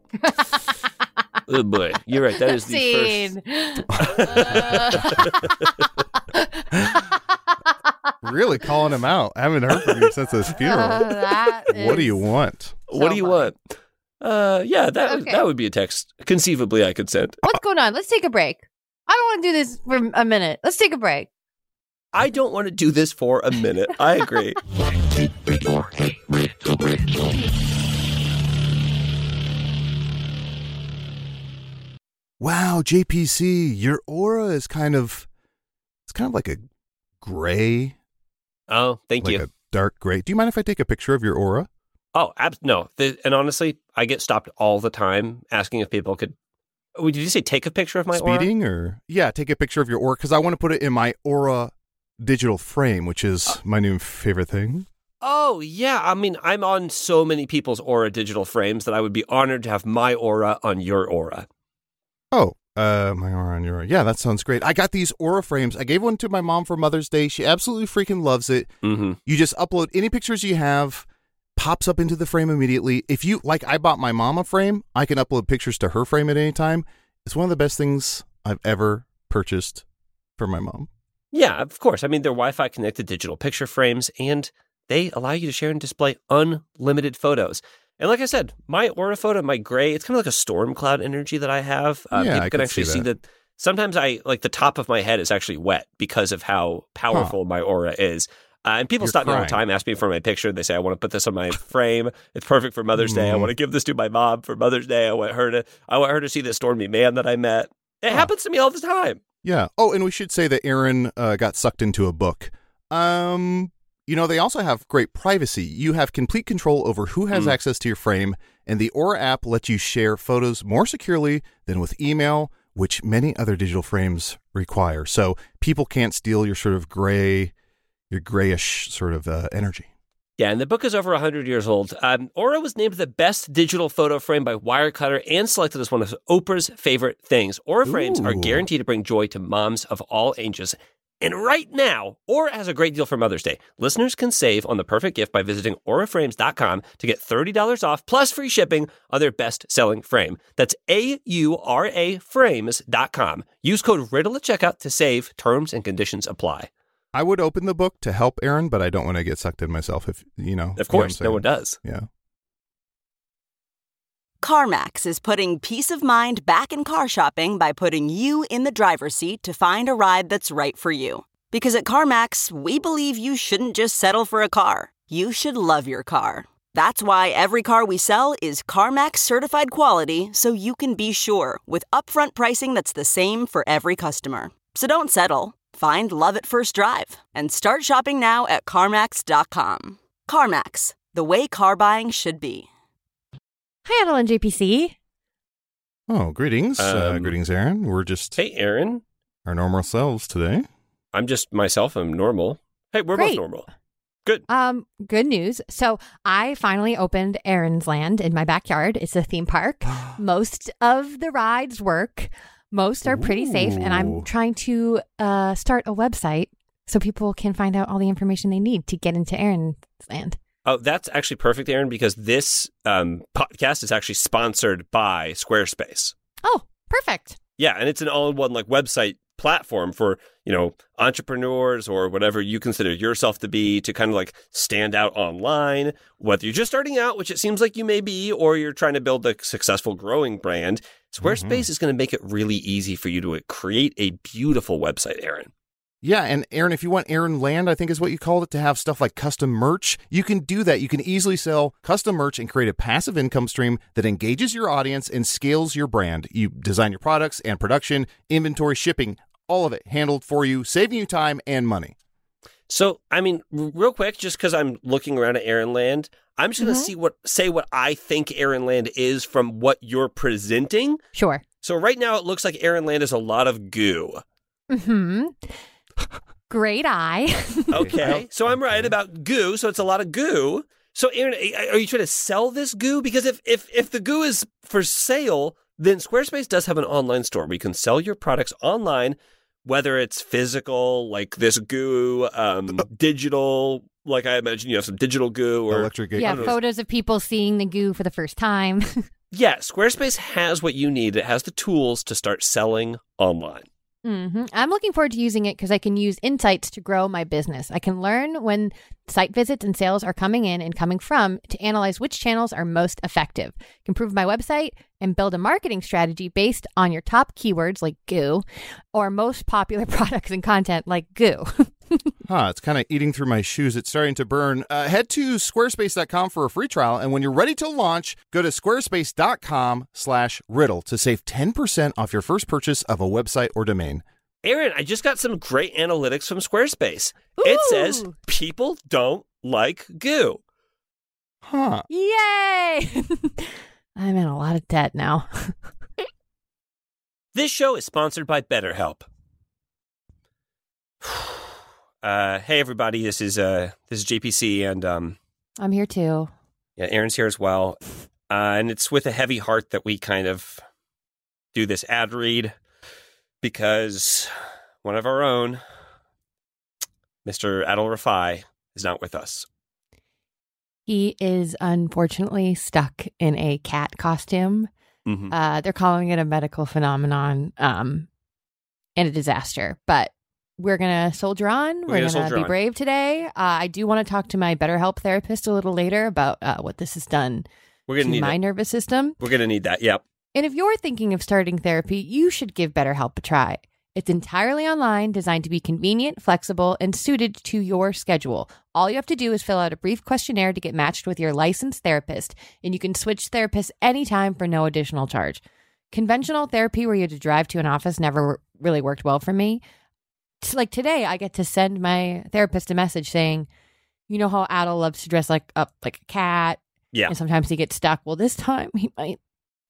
oh boy, you're right. That is the first.
Scene.
really calling him out. I haven't heard from you since his funeral.
That
what do
is-
you want?
What do you
my.
want? Uh, yeah, that would
Okay.
that would be a text. Conceivably, I could send.
What's going on? Let's take a break. I don't want to do this for a minute. Let's take a break.
I don't want to do this for a minute. I agree.
Wow, JPC, your aura is kind of it's kind of like a gray,
oh, thank
like
you.
a dark gray. Do you mind if I take a picture of your aura?
Oh, ab- no. Th and honestly, I get stopped all the time asking if people could. Oh, Did you say take a picture of my aura?
Speeding or yeah, take a picture of your aura because I want to put it in my aura digital frame, which is my new favorite thing.
Oh yeah, I mean, I'm on so many people's aura digital frames that I would be honored to have my aura on your aura.
Oh, uh, my aura on your aura. Yeah, that sounds great. I got these aura frames. I gave one to my mom for Mother's Day. She absolutely freaking loves it.
Mm-hmm.
You just upload any pictures you have, pops up into the frame immediately. If you like, I bought my mom a frame. I can upload pictures to her frame at any time. It's one of the best things I've ever purchased for my mom.
Yeah, of course. I mean, they're Wi Fi connected digital picture frames, and they allow you to share and display unlimited photos. And like I said, my aura photo, my gray, it's kind of like a storm cloud energy that I have. Uh,
Yeah,
people
I
can
could
actually
see
see
that.
that. Sometimes I like the top of my head is actually wet because of how powerful my aura is. Uh, and people
You're
stop me all the
crying.
time, ask me for my picture. They say, I want to put this on my frame. It's perfect for Mother's Day. I
Mm-hmm.
want to give this to my mom for Mother's Day. I want her to I want her to see this stormy man that I met. It happens to me all the time.
Yeah. Oh, and we should say that Aaron uh, got sucked into a book. Um, you know, they also have great privacy. You have complete control over who has
Hmm.
access to your frame, and the Aura app lets you share photos more securely than with email, which many other digital frames require. So people can't steal your sort of gray, your grayish sort of uh, energy.
Yeah, and the book is over 100 years old. Um, Aura was named the best digital photo frame by Wirecutter and selected as one of Oprah's favorite things. Aura frames are
Ooh.
guaranteed to bring joy to moms of all ages And right now, Aura has a great deal for Mother's Day. Listeners can save on the perfect gift by visiting auraframes.com to get $30 off plus free shipping on their best selling frame. That's A U R A frames.com. Use code RIDDLE at checkout to save. Terms and conditions apply.
I would open the book to help Aaron, but I don't want to get sucked in myself. If you know,
Of course, no one does.
Yeah.
CarMax is putting peace of mind back in car shopping by putting you in the driver's seat to find a ride that's right for you. Because at CarMax, we believe you shouldn't just settle for a car, you should love your car. That's why every car we sell is CarMax certified quality so you can be sure with upfront pricing that's the same for every customer. So don't settle. Find love at first drive and start shopping now at CarMax.com. CarMax, the way car buying should be.
Hi, Annal and JPC.
Oh, greetings, uh,
Um,
greetings, Aaron. We're just
Hey, Aaron.
our normal selves today.
I'm just myself. I'm normal. Hey, we're both
Great.
normal. Good.
Um, good news. So I finally opened Aaron's Land in my backyard. It's a theme park. Most of the rides work. Most are pretty safe, and
Ooh.
I'm trying to uh, start a website so people can find out all the information they need to get into Aaron's Land.
Oh, that's actually perfect, Aaron, because this um, podcast is actually sponsored by Squarespace.
Oh, perfect.
Yeah, and it's an all-in-one like website platform for you know entrepreneurs or whatever you consider yourself to be to kind of like stand out online. Whether you're just starting out, which it seems like you may be, or you're trying to build a successful growing brand, Squarespace is going to make it really easy for you to uh, create a beautiful website, Aaron.
Yeah, and Aaron, if you want Aaron Land, I think is what you called it, to have stuff like custom merch, you can do that. You can easily sell custom merch and create a passive income stream that engages your audience and scales your brand. You design your products and production, inventory, shipping, all of it handled for you, saving you time and money.
So, I mean, r- real quick, just because I'm looking around at Aaron Land, I'm just going to see what say what I think Aaron Land is from what you're presenting.
Sure.
So, right now, it looks like Aaron Land is a lot of goo.
Hmm. Great eye.
Okay, so I'm right about goo. So it's a lot of goo. So, Aaron, a- are you trying to sell this goo? Because if if if the goo is for sale, then Squarespace does have an online store where you can sell your products online, whether it's physical, like this goo, um, digital. Like I imagine you have some digital goo or
Electric
yeah, photos of people seeing the goo for the first time.
Yeah, Squarespace has what you need. It has the tools to start selling online.
hmm I'm looking forward to using it because I can use insights to grow my business. I can learn when site visits and sales are coming in and coming from to analyze which channels are most effective, improve my website, and build a marketing strategy based on your top keywords like goo or most popular products and content like goo.
Huh, it's kind of eating through my shoes. It's starting to burn. Uh, head to squarespace.com for a free trial, and when you're ready to launch, go to squarespace.com slash riddle to save 10% off your first purchase of a website or domain.
Aaron, I just got some great analytics from Squarespace. It says
Ooh.
people don't like goo.
Huh.
Yay! I'm in a lot of debt now.
This show is sponsored by BetterHelp. uh, hey everybody, this is uh, this is JPC and um,
I'm here too.
Yeah, Aaron's here as well. Uh, and it's with a heavy heart that we kind of do this ad read because one of our own, Mr. Adel Rafai, is not with us.
He is unfortunately stuck in a cat costume
Mm-hmm.
Uh, they're calling it a medical phenomenon um, and a disaster, but we're going to soldier on. We're,
We're gonna
going to
soldier
be
on.
brave today. Uh, I do want to talk to my BetterHelp therapist a little later about uh, what this has done
We're
to
gonna need
my
it.
nervous system.
We're gonna need that. Yep.
And if you're thinking of starting therapy, you should give BetterHelp a try. It's entirely online, designed to be convenient, flexible, and suited to your schedule. All you have to do is fill out a brief questionnaire to get matched with your licensed therapist, and you can switch therapists anytime for no additional charge. Conventional therapy where you had to drive to an office never wor- really worked well for me. It's like today, I get to send my therapist a message saying, "You know how Adel loves to dress like up like a cat,
Yeah.
and sometimes he gets stuck. Well, this time he might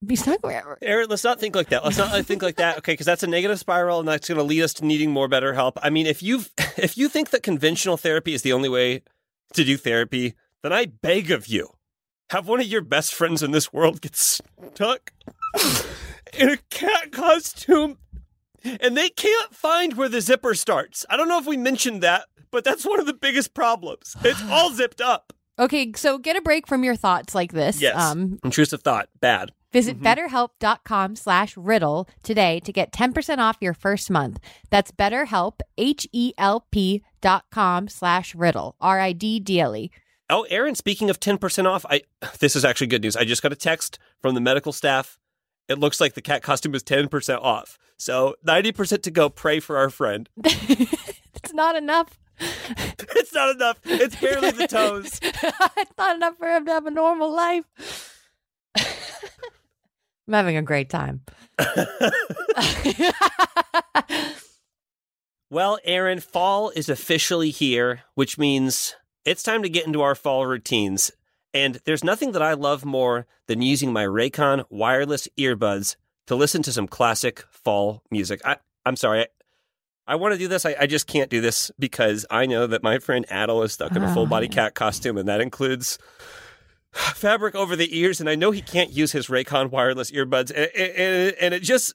be stuck wherever."
Aaron, let's not think like that. Let's not uh, think like that. Okay, because that's a negative spiral, and that's going to lead us to needing more better help. I mean, if you if you think that conventional therapy is the only way to do therapy, then I beg of you, have one of your best friends in this world get stuck in a cat costume and they can't find where the zipper starts. I don't know if we mentioned that, but that's one of the biggest problems. It's all zipped up.
Okay, so get a break from your thoughts like this.
Yes.
um,
Intrusive thought, bad.
Visit betterhelp.com slash riddle today to get 10% off your first month. That's betterhelp, H-E-L-P dot com slash riddle, R-I-D-D-L-E.
Oh, Aaron, speaking of 10% off, I this is actually good news. I just got a text from the medical staff. It looks like the cat costume is 10% off. So 90% to go. Pray for our friend.
It's not enough.
It's not enough. It's barely the toes.
it's not enough for him to have a normal life. I'm having a great time.
Well, Aaron, fall is officially here, which means it's time to get into our fall routines. And there's nothing that I love more than using my Raycon wireless earbuds to listen to some classic fall music. I, I'm sorry. I, I want to do this. I, I just can't do this because I know that my friend Adel is stuck in a
Oh,
full body
yeah.
cat costume, and that includes fabric over the ears. And I know he can't use his Raycon wireless earbuds. And, and, and it just,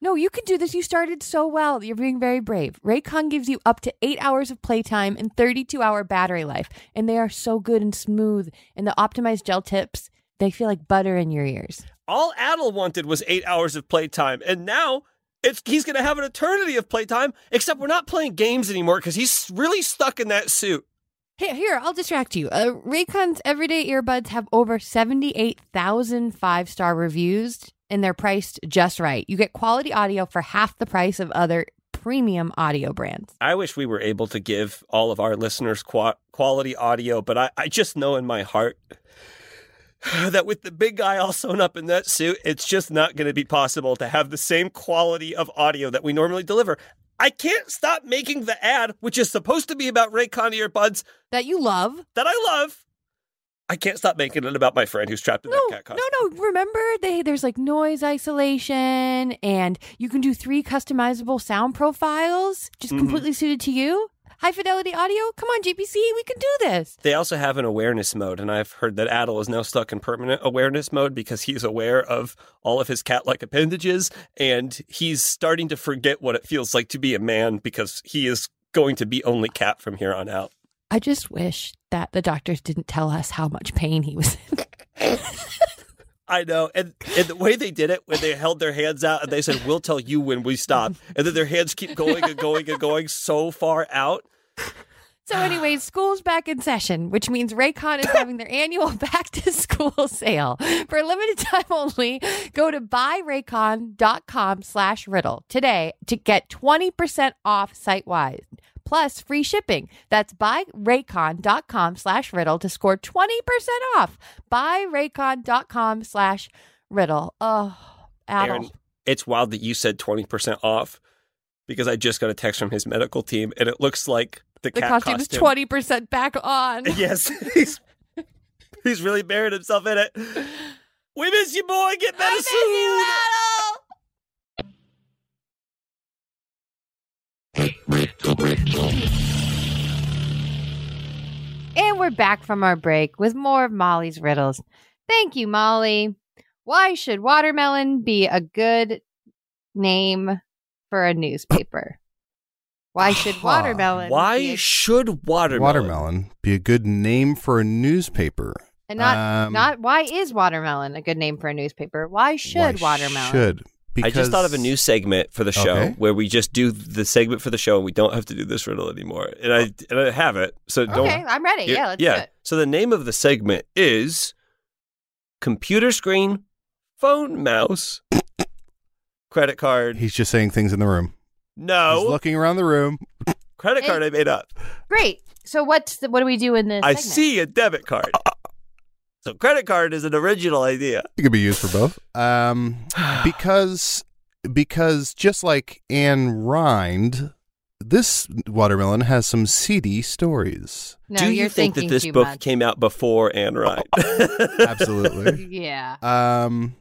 No, you can do this. You started so well. You're being very brave. Raycon gives you up to eight hours of playtime and 32 hour battery life. And they are so good and smooth. And the optimized gel tips, they feel like butter in your ears.
All Adel wanted was eight hours of playtime, and now it's he's going to have an eternity of playtime. Except we're not playing games anymore because he's really stuck in that suit.
Here, here, I'll distract you. Uh, Raycon's everyday earbuds have over 78,000 five star reviews, and they're priced just right. You get quality audio for half the price of other premium audio brands.
I wish we were able to give all of our listeners qua- quality audio, but I, I just know in my heart that with the big guy all sewn up in that suit, it's just not going to be possible to have the same quality of audio that we normally deliver. I can't stop making the ad, which is supposed to be about Raycon earbuds
That you love.
that I love. I can't stop making it about my friend who's trapped in
No,
that cat costume.
no, no. Remember, they there's like noise isolation, and you can do three customizable sound profiles, just
Mhm.
completely suited to you. High fidelity audio. Come on, GPC, we can do this.
They also have an awareness mode, and I've heard that Adel is now stuck in permanent awareness mode because he's aware of all of his cat like appendages, and he's starting to forget what it feels like to be a man because he is going to be only cat from here on out.
I just wish that the doctors didn't tell us how much pain he was in.
I know. And, and the way they did it, when they held their hands out and they said, We'll tell you when we stop, and then their hands keep going and going and going so far out.
So, anyways, school's back in session, which means Raycon is having their annual back to school sale. For a limited time only, go to buyraycon.com slash riddle today to get 20% off site wide plus free shipping. That's buyraycon.com slash riddle to score 20% off. Buyraycon.com slash riddle. Oh, Adel.
Aaron, it's wild that you said 20% off because I just got a text from his medical team, and it looks like the,
the
cat
costume is 20% back on.
Yes, he's he's really buried himself in it. We miss you, boy. Get better soon.
And we're back from our break with more of Molly's riddles. Thank you, Molly. Why should watermelon be a good name for a newspaper? Why should watermelon? be
Why
a-
should watermelon?
Watermelon be a good name for a newspaper.
and not
Um,
not why is watermelon a good name for a newspaper? Why should
why
watermelon?
Should
I
because
just thought of a new segment for the show
Okay.
where we just do the segment for the show and we don't have to do this riddle anymore. And I and I have it, so don't.
Okay, I'm ready.
Here-
Yeah, let's do it.
So the name of the segment is computer screen, phone mouse, credit card.
He's just saying things in the room.
No,
He's looking around the room.
credit card I made up.
Great. So what's the, what do we do in this?
I
segment?
see a debit card. So credit card is an original idea.
It could be used for both. Um, because because just like Anne Rind, this watermelon has some seedy stories.
No,
Do you
you're
think that
thinking
this
too
book
much.
came out before Anne Rind?
Absolutely.
Yeah.
um,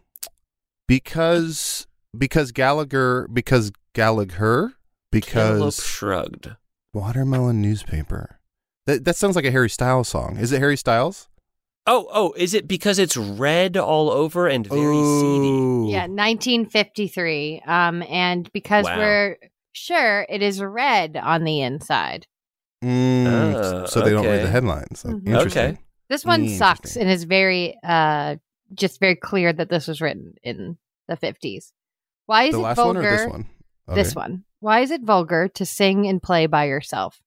because because Gallagher because Gallagher
Cantaloupe
because
shrugged.
watermelon newspaper. That that sounds like a Harry Styles song. Is it Harry Styles?
Oh, oh, is it because it's red all over and very seedy?
oh,
Yeah, 1953. Um, and because
Wow.
we're sure it is red on the inside.
Mm,
Oh,
so they don't
okay.
read the headlines. Like,
Mhm.
Interesting.
Okay.
This
Hmm,
one
Interesting.
sucks and is very uh just very clear that this was written in the 50s. Why is
the
it
last
vulgar?
one or this one? Okay.
This one. Why is it vulgar to sing and play by yourself?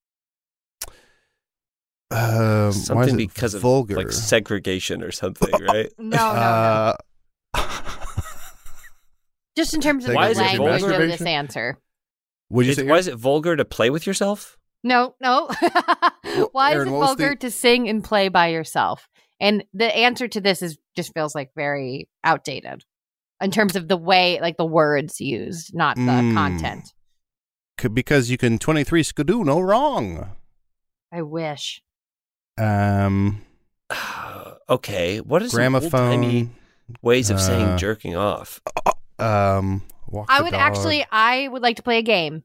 Um, why is
something
it
because of
vulgar?
like segregation or something, right?
No, Oh, no, no.
Uh,
Just in terms of
Why
the
is it
language of
vulgar?
this answer.
would you
It's-
say?
why is it vulgar to play with yourself?
No, no. Why is
Aaron,
it
what was the-
vulgar to sing and play by yourself? And the answer to this is just feels like very outdated in terms of the way, like the words used, not the
Mm.
content.
C- because you can twenty three skidoo no wrong.
I wish.
Um,
okay, what is some old-timey
gramophone.
ways of
uh,
saying jerking off?
Um, walk
I
the
would
dog.
actually, I would like to play a game,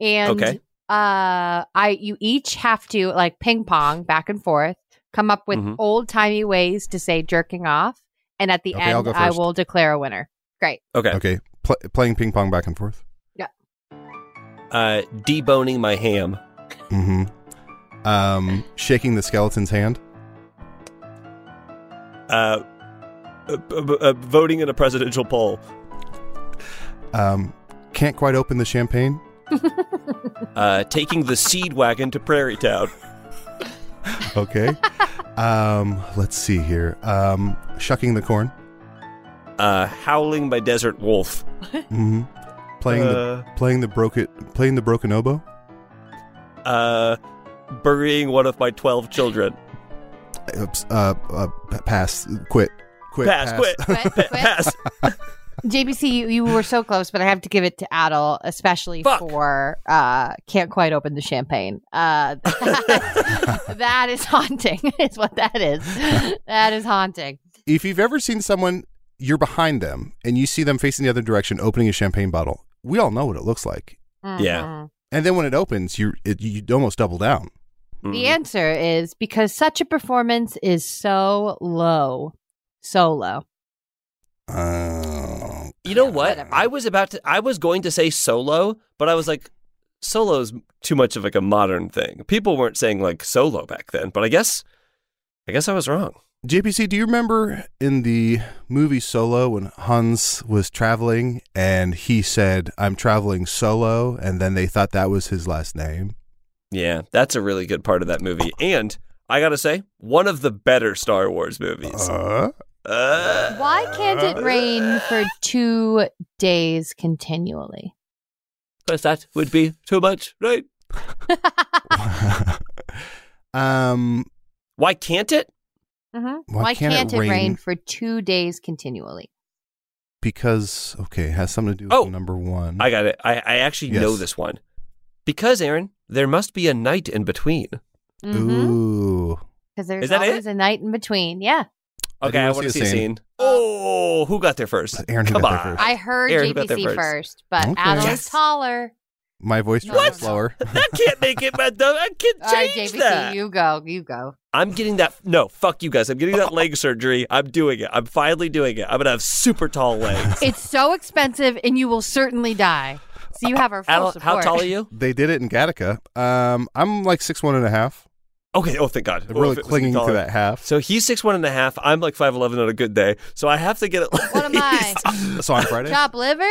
and
Okay.
uh, I you each have to like ping pong back and forth, come up with
Mm-hmm.
Mhm.
old timey ways to say jerking off, and at the
Okay, I'll
end,
go
I
first.
will declare a winner.
Okay,
Okay, pl- playing ping pong back and forth.
uh, deboning my ham.
hmm Um, shaking the skeleton's hand.
Uh, uh, b- b- uh, voting in a presidential poll.
Um, can't quite open the champagne.
Uh, taking the seed wagon to Prairie Town.
Okay. um, let's see here. Um, shucking the corn.
Uh, howling my desert wolf.
hmm Playing
Uh.
the playing the broken playing the broken oboe.
Uh, burying one of my twelve children.
Oops, uh, uh, p- pass. Quit. Quit.
pass, quit,
Quit,
Pa-
quit.
pass.
JBC, you, you were so close, but I have to give it to Adel, especially
Fuck.
for uh, can't quite open the champagne. Uh, that is haunting. Is what that is. That is haunting.
If you've ever seen someone, you're behind them and you see them facing the other direction, opening a champagne bottle. We all know what it looks like.
Yeah. Mm-hmm.
Mhm.
And then when it opens, you it, you almost double down.
Mm.
The answer is because such a performance is so low, so low.
Oh.
You know what?
whatever.
I was about to. I was going to say solo, but I was like, solo's too much of like a modern thing. People weren't saying like solo back then, but I guess, I guess I was wrong.
JPC, do you remember in the movie Solo when Hans was traveling and he said, I'm traveling solo? And then they thought that was his last name.
Yeah, that's a really good part of that movie, and I gotta say, one of the better Star Wars movies.
Uh,
Uh,
Why can't it rain for two days continually?
Because that would be too much, right?
um,
Why can't it?
Mhm.
Why can't it
it
rain-
rain for two days continually?
because, okay, it has something to do with
Oh.
number one.
I got it. I, I actually
Mm-hmm. Yes.
know this one. Because Aaron, there must be a night in between. Mm-hmm.
Mhm.
Ooh.
Because there's
Is that
always a night in between. Yeah.
I
Okay,
do
I,
wanna
want to
see
see
a
a
scene.
scene. Oh, who got there first?
Aaron, who
Come
got there
on.
first?
I heard
Aaron, who got
JBC
there
first.
first?
but
Okay.
Adel
Yes.
is taller.
My voice
No,
dropped
no.
slower.
that can't make it. My, I can't
All right,
change
JBC,
that.
you go. You go.
I'm getting that. No, fuck you guys. I'm getting that leg surgery. I'm doing it. I'm finally doing it. I'm gonna have super tall legs.
It's so expensive, and you will certainly die. So you have our full
Al,
support.
how tall are you?
they did it in Gattaca. Um, I'm like six one and a half.
Okay. Oh, thank God.
I'm
Oh,
really
if it was
clinging to
taller.
that half.
So he's six one and a half. I'm like five eleven on a good day. So I have to get at least.
What am I?
so on Friday,
Chop liver?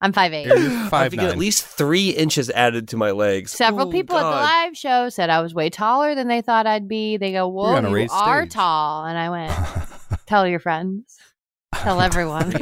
I'm five
Aaron,
eight.
you're
I have
five
to get at
nine.
least three inches added to my legs.
Several
Oh,
people at the
God.
live show said I was way taller than they thought I'd be. They go, "Whoa,
on a
you
raised
are
stage."
tall!" And I went, "Tell your friends, tell everyone,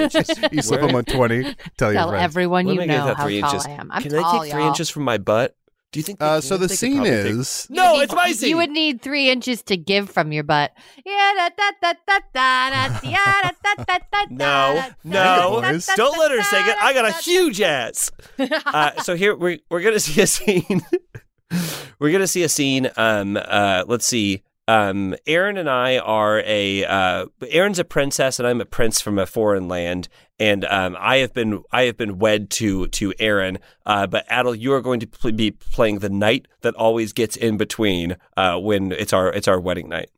you slip them a twenty. Tell your
tell
friends.
everyone
Let
you
me get
know
that
how
three
tall
inches.
I am." I'm
Can
tall,
I take 3
y'all.
inches from my butt? Do you think? they
Uh, so
can?
the
They could
scene
probably take-
is
You
No,
would
it's
need-
my
You
scene.
would need three inches to give from your butt. Yeah, da, da, da, da, da, da, da, da, da, da,
No,
da,
no,
da,
boys.
da,
don't let her
da,
sing it. I got a huge ass. Uh, so here we're we're gonna see a scene. we're gonna see a scene. Um, uh, let's see. Um, Aaron and I are a uh, Aaron's a princess and I'm a prince from a foreign land. And um, I have been I have been wed to to Aaron. Uh, but Adel, you are going to pl- be playing the knight that always gets in between uh, when it's our it's our wedding night.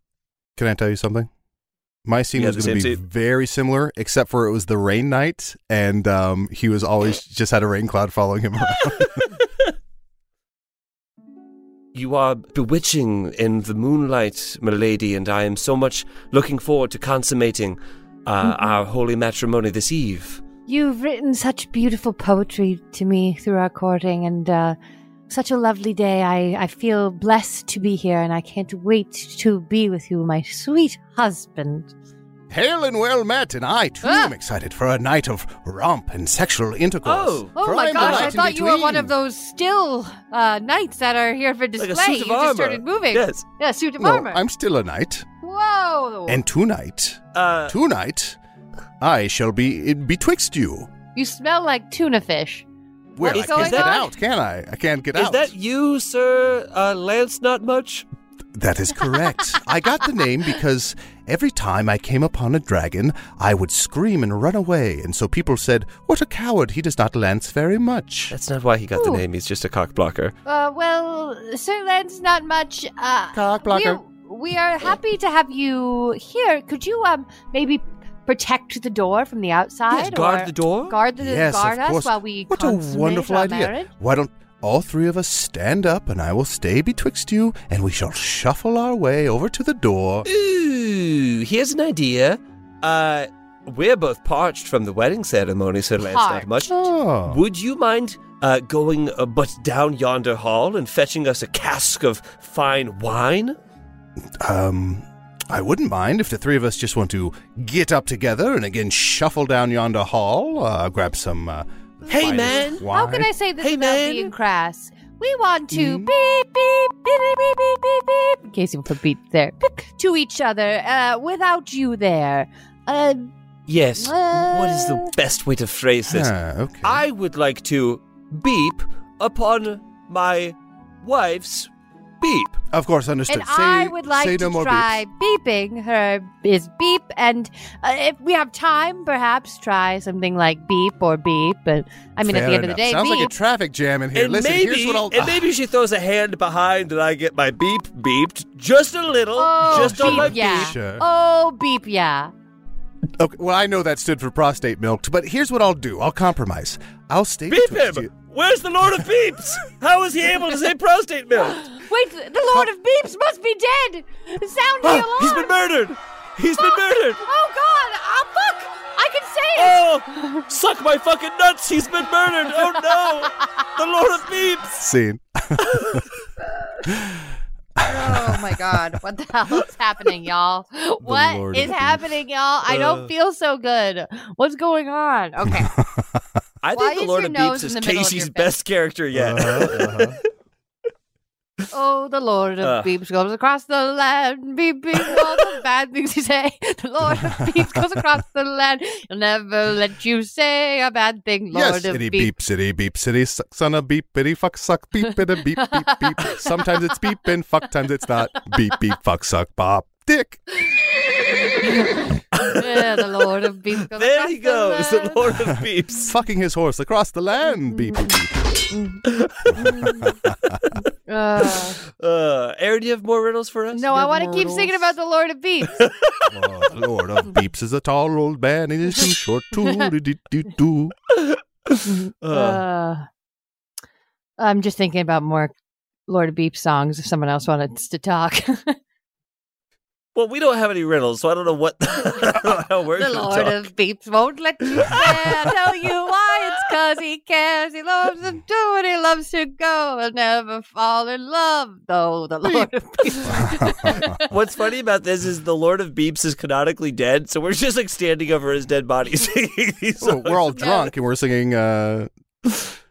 Can I tell you something? My scene
You
was
had the
going to
same
be
scene?
very similar, except for it was the rain night, and um, he was always just had a rain cloud following him around.
You are bewitching in the moonlight, milady, and I am so much looking forward to consummating uh, our holy matrimony this eve.
You've written such beautiful poetry to me through our courting, and uh, such a lovely day. I, I feel blessed to be here, and I can't wait to be with you, my sweet husband.
Hail and well met, and I too
Ah!
am excited for a night of romp and sexual intercourse.
Oh!
Oh
For
my
am the
gosh,
knight
I
in
thought you were one of
between.
those still uh, knights that are here for
Like
display.
a suit of
you
armor.
just started moving.
Yes.
Yeah, suit of
No,
armor.
I'm still a knight,
Whoa.
and tonight,
Uh,
tonight, I shall be in betwixt you.
you smell like tuna fish.
Well, I
What's
can't
going
get
on?
out, can I? I can't get
is
out.
that you, sir uh, Lance Not Much?
That is correct. I got the name because every time I came upon a dragon, I would scream and run away, and so people said, What a coward, he does not lance very much.
That's not why he got the
Ooh.
name. He's just a cock blocker.
Uh, well, Sir Lance, not much. Uh,
Cock blocker.
We're, we are happy to have you here. Could you um maybe protect the door from the outside?
Yes, guard
or
the door?
Guard the
yes,
guard
of
us
course.
while we
what a
consummate
wonderful
our
idea.
marriage?
Why don't all three of us stand up, and I will stay betwixt you, and we shall shuffle our way over to the door.
Ooh, here's an idea. Uh, we're both parched from the wedding ceremony, Sir Lance Not Much.
Ah.
Oh.
Would you mind uh, going uh, but down yonder hall and fetching us a cask of fine wine?
Um, I wouldn't mind if the three of us just want to get up together and again shuffle down yonder hall, uh, grab some. Uh,
Hey,
finest
man.
How can
wine.
I say this
Hey,
without
man.
being crass? We want to
Mm.
beep, beep, beep, beep, beep, beep, beep, beep, in case you put beep there, beep, to each other uh, without you there. Uh,
Yes. what is
Uh,
the best way to phrase this?
Ah, okay.
I would like to beep upon my wife's beep.
of course, understood.
and
say,
I would like
say
to
no more
try
beeps.
beeping her is beep, and uh, if we have time, perhaps try something like beep or beep. But I mean, at
Fair
the end of
enough.
the day,
sounds
beep.
like a traffic jam in here.
and
Listen,
maybe,
here's what I'll.
and maybe she throws a hand behind and I get my beep beeped just a little,
Oh,
just on
beep,
my
yeah.
beep.
Sure.
Oh, beep, yeah.
Okay, well, I know that stood for prostate milk, but here's what I'll do. I'll compromise. I'll stay
Beep
betwixt
him!
you.
Where's the Lord of Beeps? How was he able to say prostate milk?
Wait, the Lord of Beeps must be dead. Sound the alarm.
Ah, he's been murdered! He's been
Fuck!
murdered!
Oh God! Oh fuck! I can say it.
Oh! Suck my fucking nuts! He's been murdered! Oh no! The Lord of Beeps!
Scene.
Oh my God! What the hell is happening, y'all?
Lord
What is
of Beeps.
happening, y'all? I
Uh.
don't feel so good. What's going on? Okay.
I
Why
think the
is
Lord
your
of
nose
Beeps
in
is
the middle of
Casey's
your
best character yet.
Oh, the Lord of
Uh.
Beeps goes across the land, beeping all the bad things you say. The Lord of Beeps goes across the land. He'll never let you say a bad thing, Lord
yes,
of
itty
Beeps.
beep, city beep, city suck, son of beep, bitty fuck, suck, beep, bit beep, beep, beep. Sometimes it's beep and fuck, times it's not. Beep, beep, fuck, suck, bop, dick.
Yeah, the Lord of Beeps goes
there
across
he goes, the
land.
Lord of Beeps.
Fucking his horse across the land, beep, beep, beep.
Uh,
Uh, Aaron, do you have more riddles for us?
no, I want to keep singing about the Lord of Beeps.
Oh, the Lord of beeps is a tall old man and he's too short to do do do.
Uh,
Uh, I'm just thinking about more Lord of Beeps songs if someone else wanted to talk.
well, we don't have any riddles, so I don't know what. I don't know how we're
The
gonna
Lord
talk.
of Beeps won't let you stare. Tell you why it's cause he cares. He loves them too and he loves to go. He'll never fall in love, though. The Lord of Beeps.
What's funny about this is the Lord of Beeps is canonically dead, so we're just like standing over his dead body singing these
So
songs.
Oh, we're all drunk and we're singing uh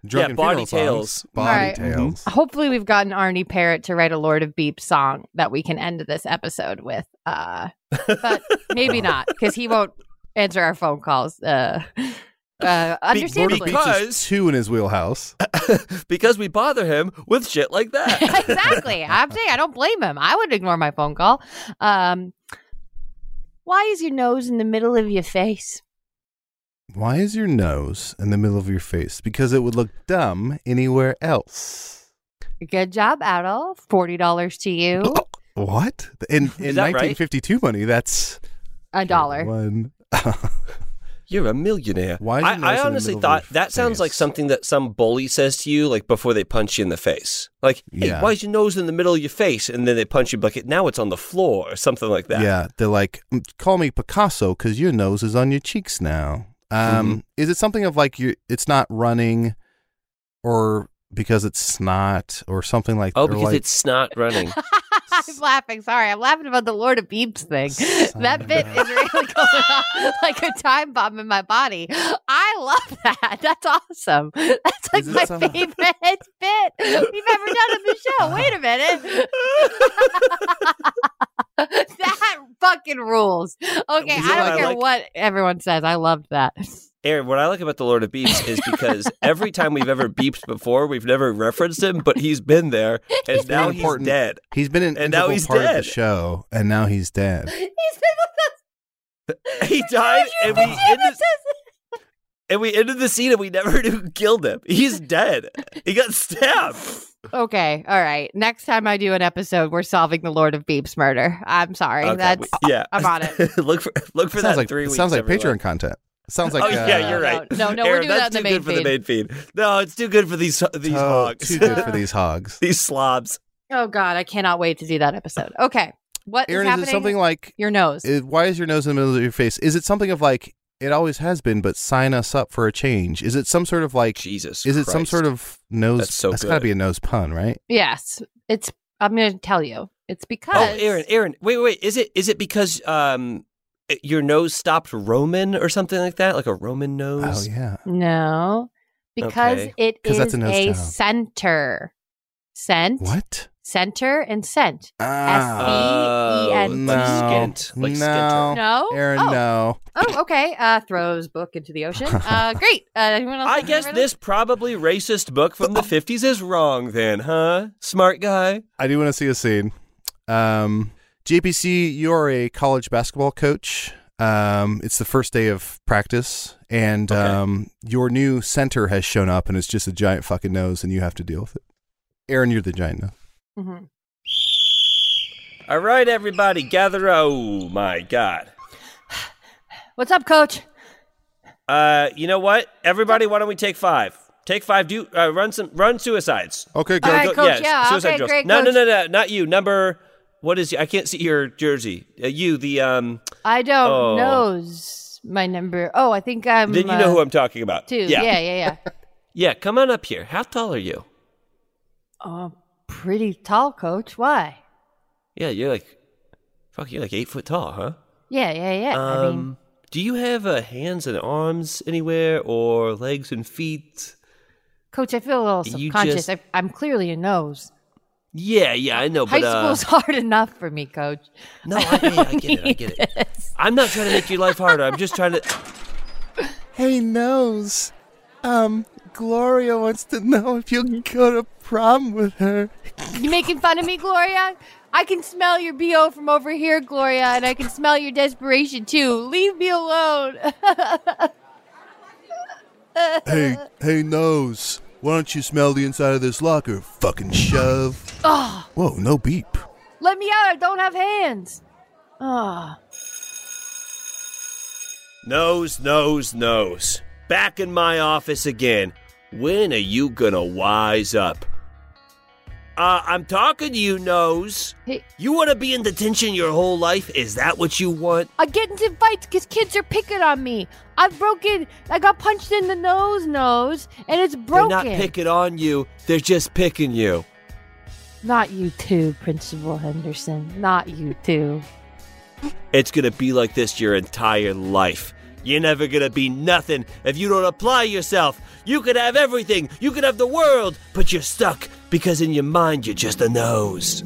drunken
Bonnie
funeral
Tales.
Songs. Bonnie
Right.
tales.
Hopefully, we've gotten Arnie Parrott to write a Lord of Beeps song that we can end this episode with. Uh, but maybe not because he won't answer our phone calls. Uh, uh,
Lord of
understandably.
beeps
Because-
is two in his wheelhouse.
because we bother him with shit like that.
exactly. I'm saying I don't blame him. I would ignore my phone call. Um, why is your nose in the middle of your face?
Why is your nose in the middle of your face? Because it would look dumb anywhere else.
Good job, Adol.
Oh,
Forty dollars to you.
What? In in
that right?
1952 money, that's
a dollar.
One.
You're a millionaire.
Why is your
I,
nose
I
in the
honestly
middle of
thought
your
that sounds like
face?
something that some bully says to you, like before they punch you in the face. Like, hey,
Yeah.
why is your nose in the middle of your face? And then they punch you, like, now it's on the floor or something like that.
Yeah, they're like, "Mm, call me Picasso because your nose is on your cheeks now. Um,
Mm-hmm.
Is it something of like you? It's not running, or because it's snot, or something like?
Oh,
or
because
like-
it's not running.
I'm laughing. Sorry, I'm laughing about the Lord of Beeps thing. That bit is really going off like a time bomb in my body. I love that. That's awesome. That's like
Is it
my
something-
favorite bit we've ever done on the show. Wait a minute. that fucking rules. Okay,
You know
I
what I
don't care
like?
what everyone says. I love that.
Aaron, what I like about the Lord of Beeps is because every time we've ever beeped before, we've never referenced him, but he's been there, and
been
now he's
important.
dead.
He's been an
And now
integral
he's
part of the
dead.
show, and now he's dead.
He's been with
He died,
us.
and we ended, and we ended the scene, and we never knew who killed him. He's dead. He got stabbed.
Okay, all right. Next time I do an episode, we're solving the Lord of Beeps murder. I'm sorry.
Okay,
That's
we- yeah.
I'm on it.
look for look for that
It sounds like
three
it
weeks.
sounds like
everyone.
Patreon content. It sounds like
Oh yeah,
uh,
you're right.
No, no, no, we're
Aaron,
doing
that's
that in the
too
main
good for the main feed. No, it's too good for these these
to-
hogs,
Too good for these hogs.
these slobs.
Oh God, I cannot wait to do that episode. Okay, what is
Aaron, is
happening?
it something like?
Your nose.
It, why is your nose in the middle of your face? Is it something of like? It always has been, but sign us up for a change. Is it some sort of like?
Jesus,
Is it some
Christ.
sort of nose?
That's so
that's got to
good.
be a nose pun, right?
yes, it's. I'm going to tell you. It's because.
Oh, Aaron, Aaron, wait, wait, is it is it because um your nose stopped Roman or something like that, like a Roman
Oh
nose?
yeah.
No, because
Okay.
it
'Cause
is
that's a nose
a
job.
center. Scent.
What?
Center and scent.
Ah.
Oh, like
E-N-T.
skint, like
No.
skinter.
E No.
Aaron,
oh.
no.
Oh, okay. Uh, throws book into the ocean. Uh, great. Uh, anyone else?
I
have
guess
any riddles?
this probably racist book from the 50s is wrong then, huh? Smart guy.
I do want to see a scene. Um, JPC, you're a college basketball coach. Um, it's the first day of practice, and
Okay.
um, your new center has shown up, and it's just a giant fucking nose, and you have to deal with it. Aaron, you're the giant nose.
Mhm.
All right, everybody, gather. Oh my god.
What's up, Coach?
Uh, you know what? Everybody, why don't we take 5? Take 5 do uh, run some run suicides.
Okay,
All right, Coach. Yeah.
suicide
okay,
drills.
great.
No,
coach.
no, no, no, not you. Number what is? I can't see your jersey. Uh, you, the um.
I don't
Oh.
knows my number. Oh, I think I'm. uh,
Then you know who I'm talking about.
Two. Yeah, yeah, yeah.
Yeah, Come on up here. How tall are you?
oh, pretty tall, coach. Why?
Yeah, you're like, fuck, you're like eight foot tall, huh?
Yeah, yeah, yeah. I mean,
Um, do you have uh, hands and arms anywhere, or legs and feet?
coach, I feel a little
you
subconscious.
just-
I, I'm clearly a nose.
Yeah, yeah, I know, but
High
uh,
school's hard enough for me, coach.
no, I, hey, I get it, I get it. I'm not trying to make your life harder. I'm just trying to.
Hey, nose. Um, Gloria wants to know if you'll go to prom with her.
You making fun of me, Gloria? I can smell your bo from over here, Gloria, and I can smell your desperation too. Leave me alone.
Hey, hey, nose. Why don't you smell the inside of this locker? Fucking shove. Whoa, no beep.
Let me out. I don't have hands. Ah.
Nose, nose, nose. Back in my office again. When are you gonna wise up? Uh, I'm talking to you, Nose.
Hey.
You want to be in detention your whole life? Is that what you want?
I get into fights because kids are picking on me. I've broken. I got punched in the nose, nose, and it's broken.
They're not picking on you, they're just picking you.
Not you too, Principal Henderson. Not you too.
It's gonna be like this your entire life. You're never gonna be nothing if you don't apply yourself. You could have everything, you could have the world, but you're stuck because in your mind you're just a nose.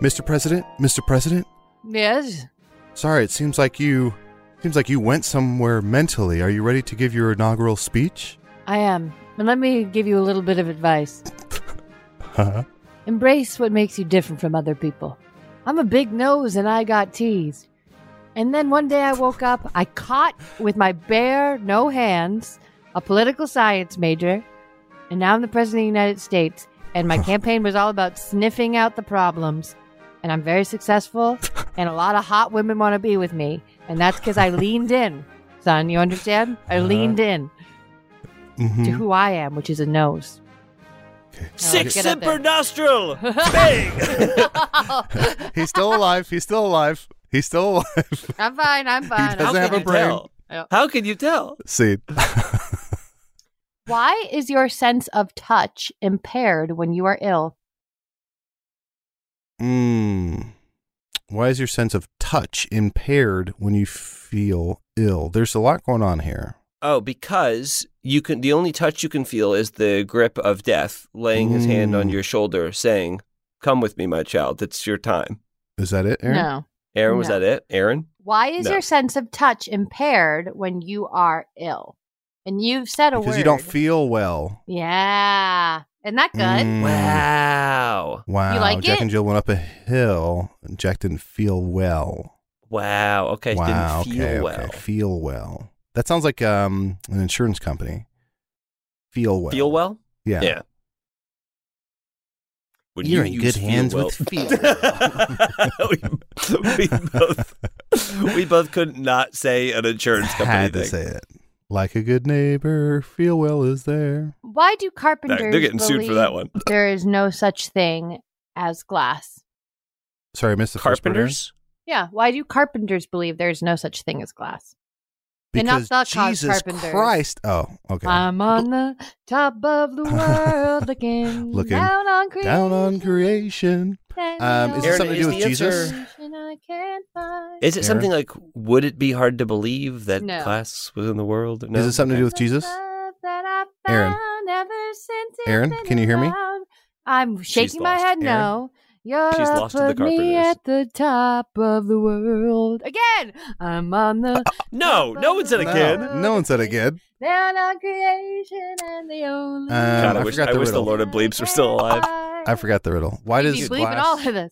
Mr. President, Mr. President,
Yes.
sorry, it seems like you seems like you went somewhere mentally. Are you ready to give your inaugural speech?
I am. And let me give you a little bit of advice.
Huh?
Embrace what makes you different from other people. I'm a big nose and I got teased. And then one day I woke up, I caught with my bare, no hands, a political science major, and now I'm the President of the United States, and my campaign was all about sniffing out the problems. and I'm very successful, and a lot of hot women want to be with me, and that's because I leaned in, son. You understand? I leaned in to
Mhm.
who I am, which is a nose.
Six
get up
simper
there.
nostril. Bang.
He's still alive. He's still alive. He's still alive.
I'm fine. I'm fine.
doesn't
How
have
can
a
you
brain.
tell?
Yeah.
How can you tell?
See,
Why is your sense of touch impaired when you are ill?
mm. why is your sense of touch impaired when you feel ill? There's a lot going on here.
Oh, because you can. The only touch you can feel is the grip of death, laying his hand on
Mm.
your shoulder, saying, "Come with me, my child. It's your time."
Is that it, Aaron?
No.
Aaron, was
No.
that it? Aaron,
Why is
No.
your sense of touch impaired when you are ill? And you've said a
Because
word.
you don't feel well.
Yeah. Isn't that good?
Mm.
wow,
Wow.
You like
Jack
it?
and Jill went up a hill, and Jack didn't feel well.
wow. Okay,
wow.
didn't feel
okay,
well.
okay. Feel well. That sounds like um, an insurance company. Feel well.
Feel well?
Yeah.
When
You're
you
in
use
good
feel
hands
well-
with feel
we, we both we both could not say an insurance company
Had to
thing.
say it. Like a good neighbor, feel well is there.
Why do carpenters
They're getting sued for that
believe
one.
There is no such thing as glass.
Sorry, I missed the first part, Aaron.
Carpenters?
Yeah. Why do carpenters believe there is no such thing as glass? And not
Because
the cause
Jesus
carpenters. Um,
Christ. Oh, okay.
I'm on the top of the world looking,
Looking
down on creation.
Down on creation. Um, is
Aaron,
it something to
is
do
the
with Jesus?
answer-
I can't find.
Is it
Aaron?
something like would it be hard to believe that
No.
class was in the world? No?
Is it something to do with Jesus? Aaron. Aaron, can you hear me?
I'm shaking my
lost.
head.
Aaron?
No, you're
She's
up
lost to the
with me
carpenters.
at the top of the world again. I'm on the
No, no one said
No.
again.
No, no one said again.
down on creation and the only.
Uh,
God, I,
I
wish,
forgot
I
the
wish the
riddle.
Lord of Bleeps were still alive.
I forgot the riddle. Why does
you
glass,
all of this.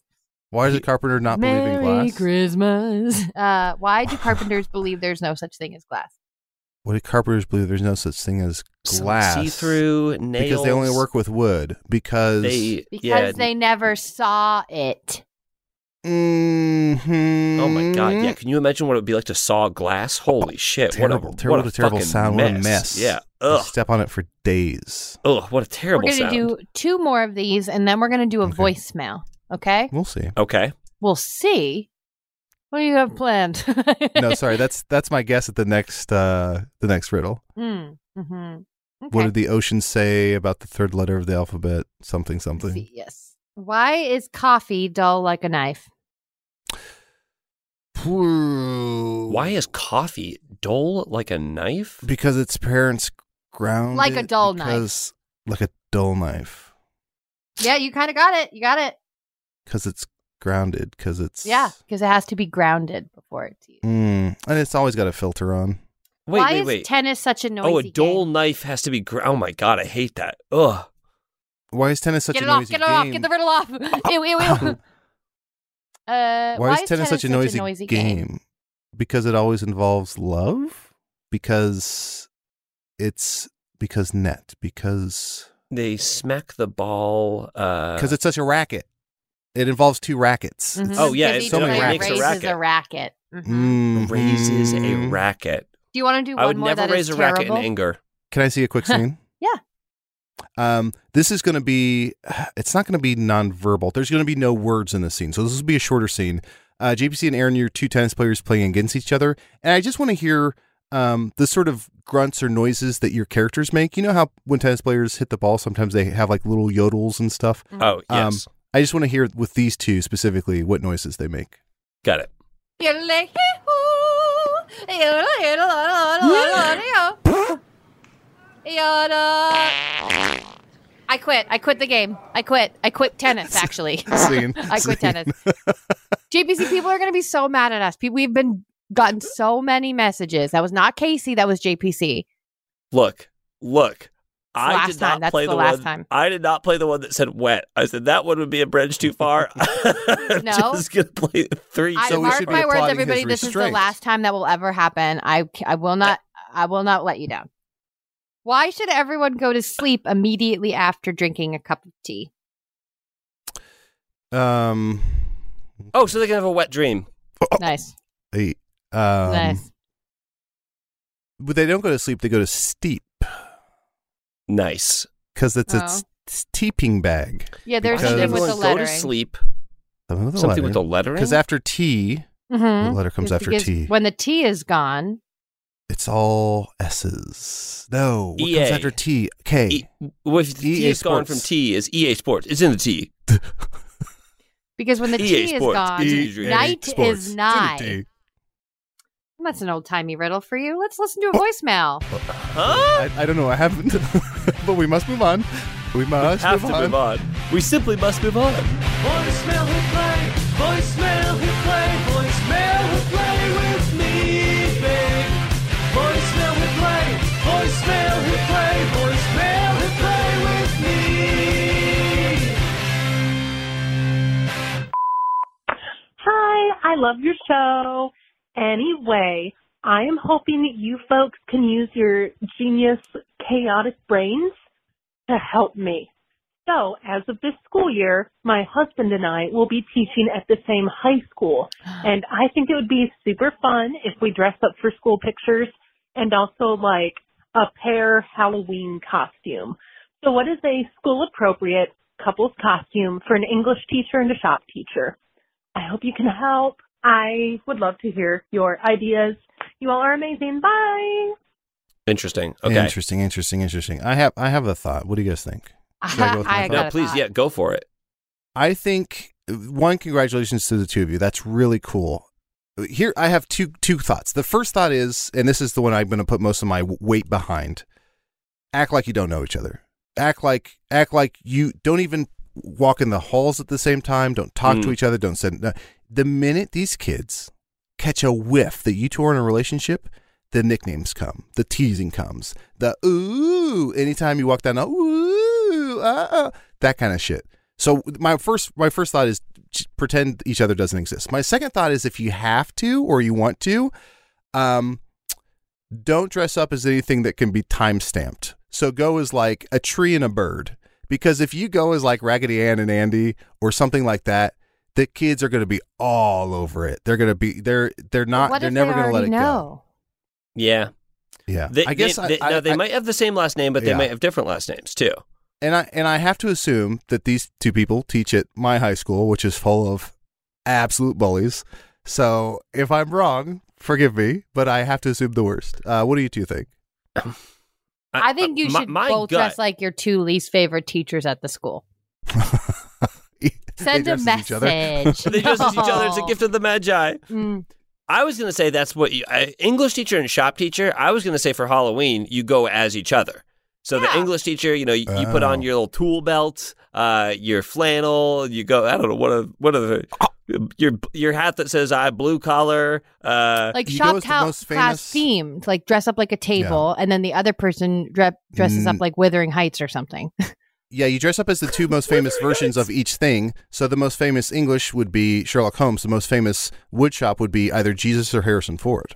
Why does a carpenter not believe in
Merry
glass?
Christmas. Uh, why do carpenters believe there's no such thing as glass?
What do carpenters believe? There's no such thing as
Some
glass.
see-through nails.
because they only work with wood. Because
They,
Because
yeah,
they never saw it.
Mhm.
Oh my god! Yeah, can you imagine what it would be like to saw glass? Holy shit!
terrible,
what a,
terrible,
what a
terrible
fucking
sound.
Mess.
What a mess.
Yeah.
They
Ugh.
Step on it for days.
Ugh. What a terrible
we're
sound.
gonna do two more of these, and then we're gonna do a
Okay.
voicemail. Okay,
We'll see.
Okay.
we'll see. What do you have planned?
No, sorry. That's that's my guess at the next uh the next riddle.
Mm, mhm.
What
Okay.
did the ocean say about the third letter of the alphabet? Something
Let's
something.
see, Yes. Why is coffee dull like a knife?
Why
Why is coffee dull like a knife?
Because its parents ground
Like a
it
dull knife.
because, knife. Like a dull knife.
Yeah, you kind of got it. You got it.
Because it's grounded. Because it's
Yeah, because it has to be grounded before it's used.
Mm, and it's always got a filter on.
Wait,
Why
wait,
is
wait.
tennis such a noisy
oh, a dull
game?
knife has to be. Gr- oh my god, I hate that. Ugh.
Why is tennis such
get
a
it off,
noisy
get it
game?
off, get the riddle off. Ew, ew, ew. Uh, why,
Uh, Why is tennis such a noisy, game? Because it always involves love. Because it's because net. Because
They smack the ball. Uh,
because it's such a racket. It involves two rackets.
Mhm.
Oh, yeah,
Because
it-
each
so many
player
rackets.
raises
Makes a
a racket. Mhm.
Mhm.
raises a racket.
Do you want to do one
I would
more
never
that is
raise a racket in
terrible?
anger.
Can I see a quick scene?
Yeah.
Um, this is going to be, it's not going to be nonverbal. There's going to be no words in this scene. So this will be a shorter scene. Uh, JPC and Aaron, you're two tennis players playing against each other. And I just want to hear um, the sort of grunts or noises that your characters make. You know how when tennis players hit the ball, sometimes they have like little yodels and stuff.
Mm.
Oh
Um,
yes,
I just want to hear with these two specifically what noises they make.
got it.
You're like, "Hee-hoo." You're like, "Hee-hoo, hee-hoo, hee-hoo, hee-hoo." You're the-
I quit. I quit the game. I quit. I quit tennis, actually.
Scene.
I
Scene.
quit tennis. JPC, people are going to be so mad at us. Pe- We've been gotten so many messages. That was not Casey. That was JPC.
Look, look. I
last
did
time.
not
That's
play
the
the,
last
one.
time.
I did not play the one that said wet. I said that one would be a bridge too far. I'm
No.
just gonna play three.
I
So we
mark
should be
my words,
applauding
everybody.
his
This is the
restraint.
last time that will ever happen. I c- I will not I will not let you down. Why should everyone go to sleep immediately after drinking a cup of tea?
Um,
Oh, so they can have a wet dream.
Nice.
They, um,
nice.
But they don't go to sleep. They go to steep
Nice.
because it's
Oh.
a s- steeping bag.
Yeah, there's
Because-
something with the
Everyone go to
lettering.
sleep.
Something with the
Something with the
letter.
lettering.
Because after T,
Mhm.
the letter comes
It's
after
because
T.
When the T is gone,
It's all S's. No, what comes
EA.
after T? K.
E- well, if the
EA
T is gone from
Sports.
T, is EA Sports. It's in the T.
because when the
EA
T
Sports.
is gone,
EA
night
Sports.
is
It's
nigh.
in
That's an old timey riddle for you. Let's listen to
Oh.
a voicemail.
Huh?
a T. I, I don't know. I haven't, but we must move on. We
We
must
have
move,
to
on.
move on. We simply must move on.
Voicemail replay, voicemail replay, voicemail replay with me, babe. Voicemail replay, voicemail replay, voicemail replay with me.
Hi, I love your show. Anyway, I am hoping that you folks can use your genius, chaotic brains to help me. So, as of this school year, my husband and I will be teaching at the same high school. And I think it would be super fun if we dress up for school pictures and also like a pair Halloween costume. So, what is a school appropriate couple's costume for an English teacher and a shop teacher? I hope you can help. I would love to hear your ideas. You all are amazing. Bye.
Interesting. Okay.
Interesting, interesting, interesting. I have I have a thought. What do you guys think? Should I go with my
I
thought?
got
No,
a
please,
thought.
yeah, go for it.
I think uh, one congratulations to the two of you. That's really cool. Here I have two two thoughts. The first thought is and this is the one I'm going to put most of my w- weight behind. Act like you don't know each other. Act like act like you don't even walk in the halls at the same time, don't talk to
Mm.
each other, don't send no. The minute these kids catch a whiff that you two are in a relationship, the nicknames come, the teasing comes, the ooh, anytime you walk down, the ooh, uh, uh, that kind of shit. So my first my first thought is j- pretend each other doesn't exist. My second thought is if you have to or you want to, um, don't dress up as anything that can be time stamped. So go as like a tree and a bird, because if you go as like Raggedy Ann and Andy or something like that, the kids are going to be all over it. They're going to be they're they're not
What
they're
if
never
they
going to let
already
it go.
know?
Yeah.
Yeah,
They,
I guess
they,
I,
they,
I-
now, they
I-
might have the same last name, but they
Yeah.
might have different last names too.
and I and I have to assume that these two people teach at my high school, which is full of absolute bullies. So if I'm wrong, forgive me, but I have to assume the worst. Uh, what do you two think?
I think you
uh, my-
should
my
both
gut-
dress like your two least favorite teachers at the school.
They
Send a
dress as each other.
message.
they dress as each other. It's a gift of the Magi.
Mm.
I was going to say that's what you, I, English teacher and shop teacher. I was going to say for Halloween you go as each other. So the English teacher, you know, you, you put on
Oh.
your little tool belt, uh, your flannel. You go. I don't know what of what of your your hat that says "I blue collar." Uh,
Like
You
shop
go as the
tau-
most
class
famous-
themed, like dress up like a table, and then the other person dre- dresses up
Mm.
like Withering Heights or something.
Yeah, you dress up as the two most famous versions of each thing. So the most famous English would be Sherlock Holmes. The most famous woodshop would be either Jesus or Harrison Ford.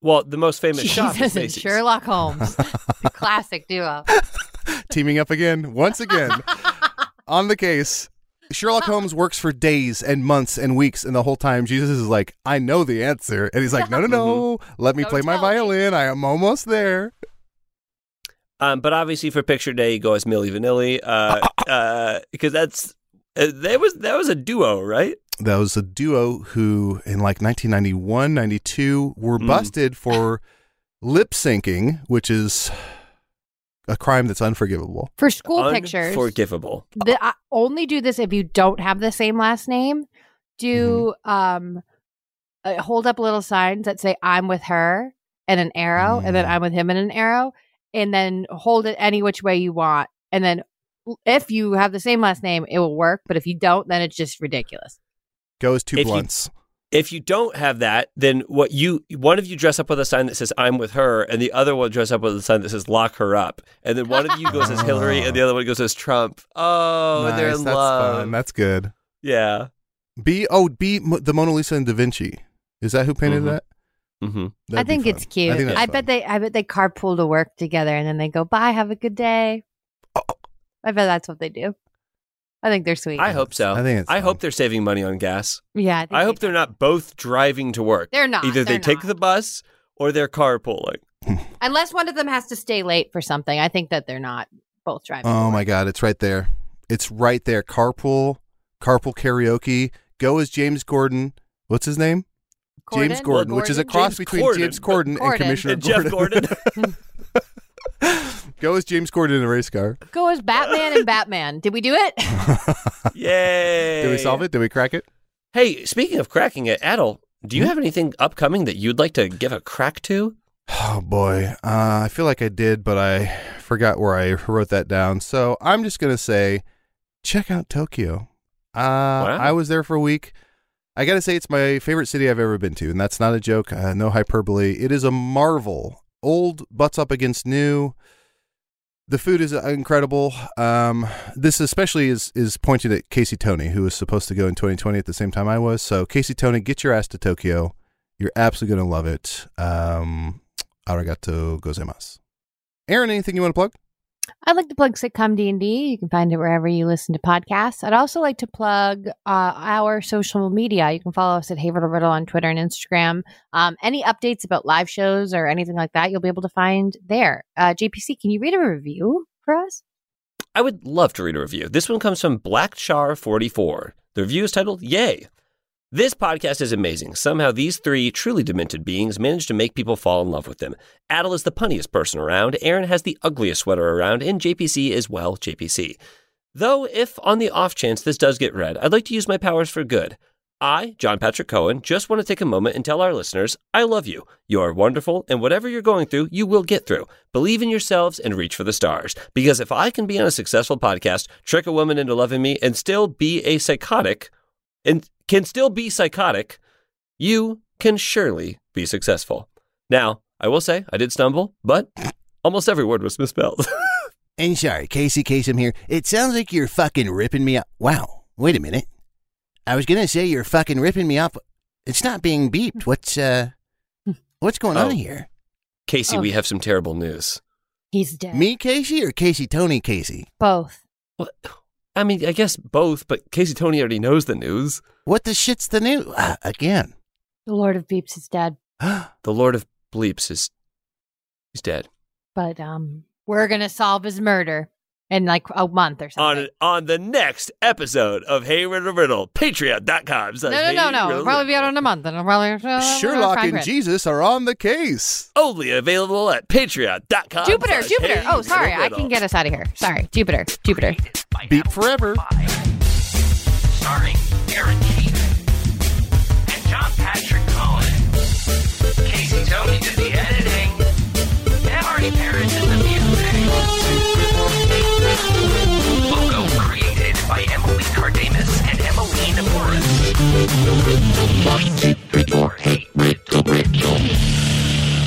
well, the most famous shop is
Jesus and
Macy's.
Sherlock Holmes, The classic duo.
Teaming up again, once again, on the case. Sherlock Holmes works for days and months and weeks, and the whole time Jesus is like, "I know the answer," and he's like, "No, no, no, let me
Don't
play my
tell me."
violin. I am almost there."
Um, but obviously for picture day, you go as Millie Vanilli, uh, uh, because that's uh, that was that was a duo, right?
That was a duo who, in like 1991, 92, were
Mm.
busted for lip syncing, which is a crime that's unforgivable.
For school pictures,
Unforgivable.
the, I only do this if you don't have the same last name. Do um, uh, hold up little signs that say "I'm with her" and an arrow, and then
Mm.
"I'm with him" and an arrow, and then hold it any which way you want. And then l- if you have the same last name, it will work. But if you don't, then it's just ridiculous.
Go as two
If you-
blunts.
If you don't have that, then what you one of you dress up with a sign that says "I'm with her," and the other one dress up with a sign that says "Lock her up," and then one of you goes as Hillary, and the other one goes as Trump. Oh, they're
Nice,
in
that's
love.
fun. That's good.
yeah.
Be oh, be Mo- the Mona Lisa and Da Vinci. Is that who painted
Mhm.
that?
Mm-hmm.
I
That'd be
think
fun.
it's cute. I,
think that's fun.
bet they, I bet they carpool to work together, and then they go, "Bye, have a good day." I bet that's what they do. I think they're sweet.
I hope so.
I think it's
I hope
fun.
they're saving money on gas.
yeah, I, think
I hope they're not both driving to work.
They're not,
Either they
they're
take
not.
the bus or they're carpooling.
unless one of them has to stay late for something. I think that they're not both driving.
Oh my god, it's right there. It's right there. Carpool, carpool karaoke. Go as James Gordon. What's his name? James
Corden?
Gordon, which is a
Gordon?
cross
James
between
Corden.
James Corden,
Corden.
and Commissioner
And Jeff Gordon.
Go as James Corden in a race car.
Go as Batman and Batman. Did we do it?
Yay.
Did we solve it? Did we crack it?
Hey, speaking of cracking it, Adel, do
Hmm?
you have anything upcoming that you'd like to give a crack to?
Oh boy, uh, I feel like I did, but I forgot where I wrote that down. So I'm just gonna say, check out Tokyo. Uh, I was there for a week. I gotta say, it's my favorite city I've ever been to, and that's not a joke. Uh, no hyperbole. It is a marvel. Old butts up against new. The food is uh, incredible. Um, this especially is is pointed at Casey Tony, who was supposed to go in 2020 at the same time I was. So Casey Tony, get your ass to Tokyo. You're absolutely gonna love it. Um, arigato gozaimasu. Aaron, anything you want to plug?
I'd like to plug Sitcom D&D. You can find it wherever you listen to podcasts. I'd also like to plug uh, our social media. You can follow us at Hey Riddle Riddle on Twitter and Instagram. Um, any updates about live shows or anything like that, you'll be able to find there. Uh, JPC, can you read a review for us?
I would love to read a review. This one comes from Black Char 44. The review is titled Yay. This podcast is amazing. Somehow these three truly demented beings manage to make people fall in love with them. Adel is the punniest person around, Aaron has the ugliest sweater around, and JPC is well JPC. Though if on the off chance this does get read, I'd like to use my powers for good. I, John Patrick Cohen, just want to take a moment and tell our listeners I love you. You are wonderful, and whatever you're going through, you will get through. Believe in yourselves and reach for the stars. Because if I can be on a successful podcast, trick a woman into loving me, and still be a psychotic, and can still be psychotic, you can surely be successful. Now, I will say I did stumble, but almost every word was misspelled.
And sorry, Casey Kasem here. It sounds like you're fucking ripping me up. Wow. Wait a minute. I was gonna say you're fucking ripping me up. It's not being beeped. What's uh, what's going
Oh.
on here?
Casey, we have some terrible news.
He's dead.
Me, Casey, or Casey Tony, Casey?
Both.
Well, I mean, I guess both, but Casey Tony already knows the news.
What the shit's the new uh, again?
The Lord of Beeps is dead,
The Lord of Bleeps is he's dead.
but um, we're going to solve his murder in like a month or something.
On on the next episode of Hey Riddle Riddle, patreon.com.
no, no, no, no. It'll probably be out in a month. And it'll probably
Sherlock and
Congress.
Jesus are on the case.
Only available at patreon.com.
Jupiter,
slash
Jupiter.
Hey
Oh, sorry.
Riddle
I
Riddle.
can get us out of here. Sorry. Jupiter, Jupiter.
by
Beat
Apple
forever.
Spotify. Starring Aaron Keith and John Patrick Cohen. Casey Tony did the editing. And Marty Parrish did the music. Logo created by Emily Cardamus and Emily Naporis. Hey, Riddle, Riddle.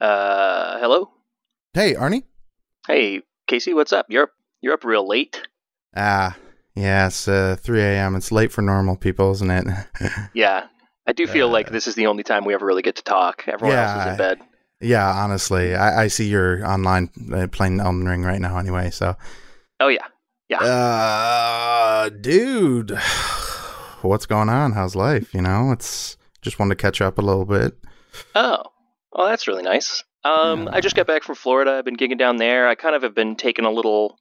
Uh, hello.
Hey, Arnie.
Hey, Casey, what's up? You're up, you're up real late.
Ah, yeah, it's uh, 3 a.m. It's late for normal people, isn't it?
Yeah, I do feel
Uh,
like this is the only time we ever really get to talk. Everyone else is
yeah.
in bed.
yeah, honestly, I, I see you're online uh, playing Elden Ring right now anyway, so.
Oh yeah, yeah.
Uh, dude, what's going on? How's life? You know, it's just wanted to catch up a little bit.
oh, well, that's really nice. Um, I just got back from Florida. I've been gigging down there. I kind of have been taking a little,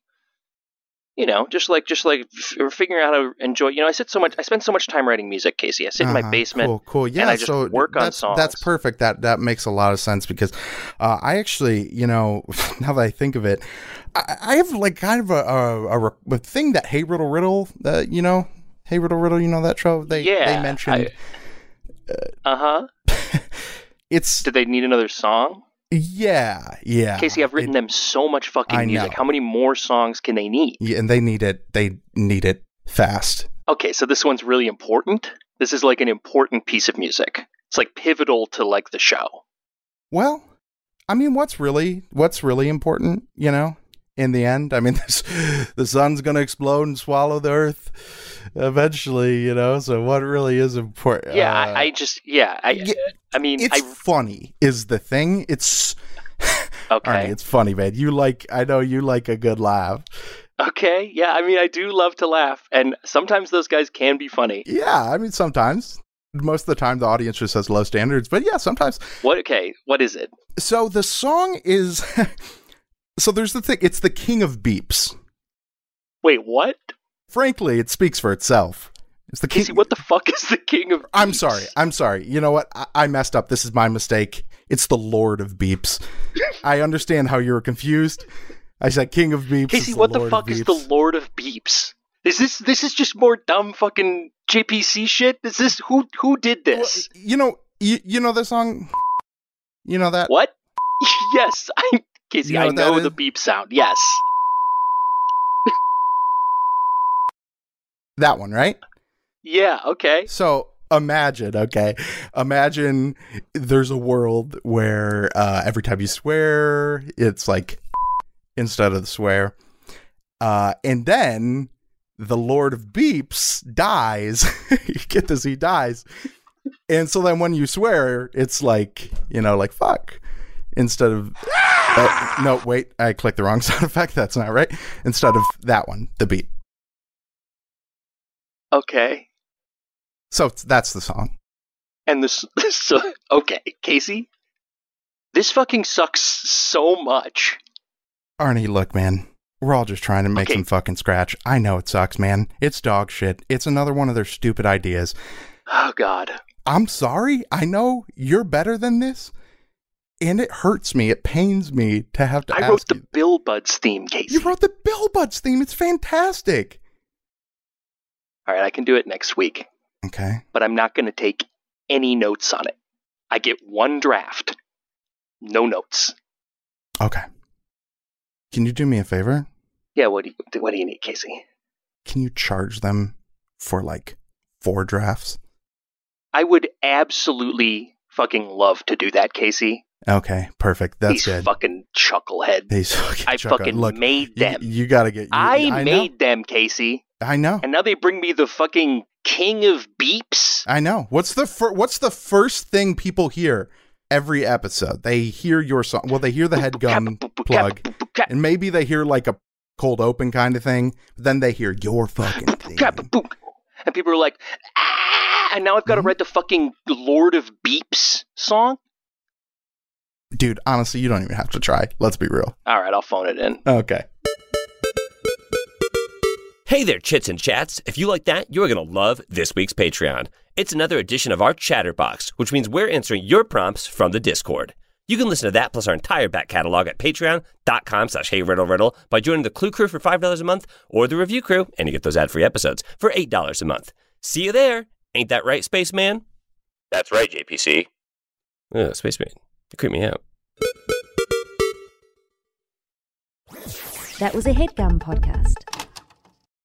you know, just like just like f- figuring out how to enjoy. You know, I sit so much. I spend so much time writing music, Casey. I sit in my
Uh-huh,
basement.
Cool, cool. Yeah,
and I just
so
work on
that's, That's
songs.
perfect. That that makes a lot of sense because uh, I actually, you know, now that I think of it, I, I have like kind of a a, a, re- a thing that Hey Riddle Riddle, uh, you know, Hey Riddle Riddle, you know that show they
Yeah,
they mentioned.
Uh huh.
it's
Did they need another song?
yeah, yeah.
Casey, I've written
It-
them so much fucking
I
music.
know.
How many more songs can they need?
yeah, and they need it. They need it fast.
okay, so this one's really important. This is like an important piece of music. It's like pivotal to like the show.
Well, I mean, what's really what's really important, you know?
in the end. I mean, this, the sun's going to explode and swallow the earth eventually, you know. So what really is important?
Yeah, I, I just yeah, I I mean,
it's
I
funny is the thing. It's okay. it's funny, man. You like I know you like a good laugh.
okay, yeah, I mean, I do love to laugh, and sometimes those guys can be funny.
Yeah, I mean sometimes. Most of the time, the audience just has low standards, but yeah, sometimes.
What? Okay, what is it?
So the song is. so there's the thing. It's the king of beeps.
Wait, what?
Frankly, it speaks for itself. It's the king.
Casey, what the fuck is the king of?
I'm sorry. I'm sorry. You know what? I, I messed up. This is my mistake. It's the Lord of Beeps. I understand how you were confused. I said King of Beeps.
Casey,
it's
what the
Lord of
fuck is
Beeps.
the Lord of Beeps? Is this this is just more dumb fucking JPC shit? Is this who who did this?
You know, you, you know the song. You know that
what? yes, I Casey,
You know
I
what that
know
is?
the beep sound. Yes,
that one, right?
yeah, okay.
So imagine, okay, imagine there's a world where uh, every time you swear, it's like instead of the swear, uh, and then the Lord of Beeps dies. you get this? He dies, and so then when you swear, it's like you know, like fuck, instead of. uh, no, wait, I clicked the wrong sound effect. That's not right. Instead of that one, the beep.
Okay,
So that's the song.
and this so okay, Casey, this fucking sucks so much.
Arnie, look, man. We're all just trying to make
Okay.
some fucking scratch. I know it sucks, man. It's dog shit. It's another one of their stupid ideas.
Oh God,
I'm sorry. I know you're better than this. And it hurts me. It pains me to have to
I
ask
wrote the
you.
Bill Buds theme, Casey.
You wrote the Bill Butts theme. It's fantastic.
All right, I can do it next week,
Okay.
but I'm not going to take any notes on it. I get one draft, no notes.
Okay. Can you do me a favor?
Yeah, what do you, what do you need, Casey?
Can you charge them for like four drafts?
I would absolutely fucking love to do that, Casey.
Okay, perfect. That's
These
good.
fucking chuckleheads.
These fucking
I
chuckle-
fucking
look,
made them.
You, you gotta get. You,
I,
know.
made them, Casey.
I know.
And now they bring me the fucking king of beeps.
I know. What's the fir- what's the first thing people hear every episode? They hear your song. Well, they hear the head gun plug, and maybe they hear like a cold open kind of thing. But then they hear your fucking thing.
And people are like, ah! And now I've
Mm-hmm.
got to write the fucking Lord of Beeps song.
Dude, honestly, you don't even have to try. Let's be real.
All right, I'll phone it in.
Okay.
Hey there, chits and chats. If you like that, you're going to love this week's Patreon. It's another edition of our Chatterbox, which means we're answering your prompts from the Discord. You can listen to that plus our entire back catalog at patreon.com slash hey riddle riddle by joining the Clue Crew for $5 a month or the Review Crew, and you get those ad-free episodes, for $8 a month. See you there. Ain't that right, Spaceman? That's right, JPC. Ugh, Spaceman. You creep me out.
That was a headgum podcast.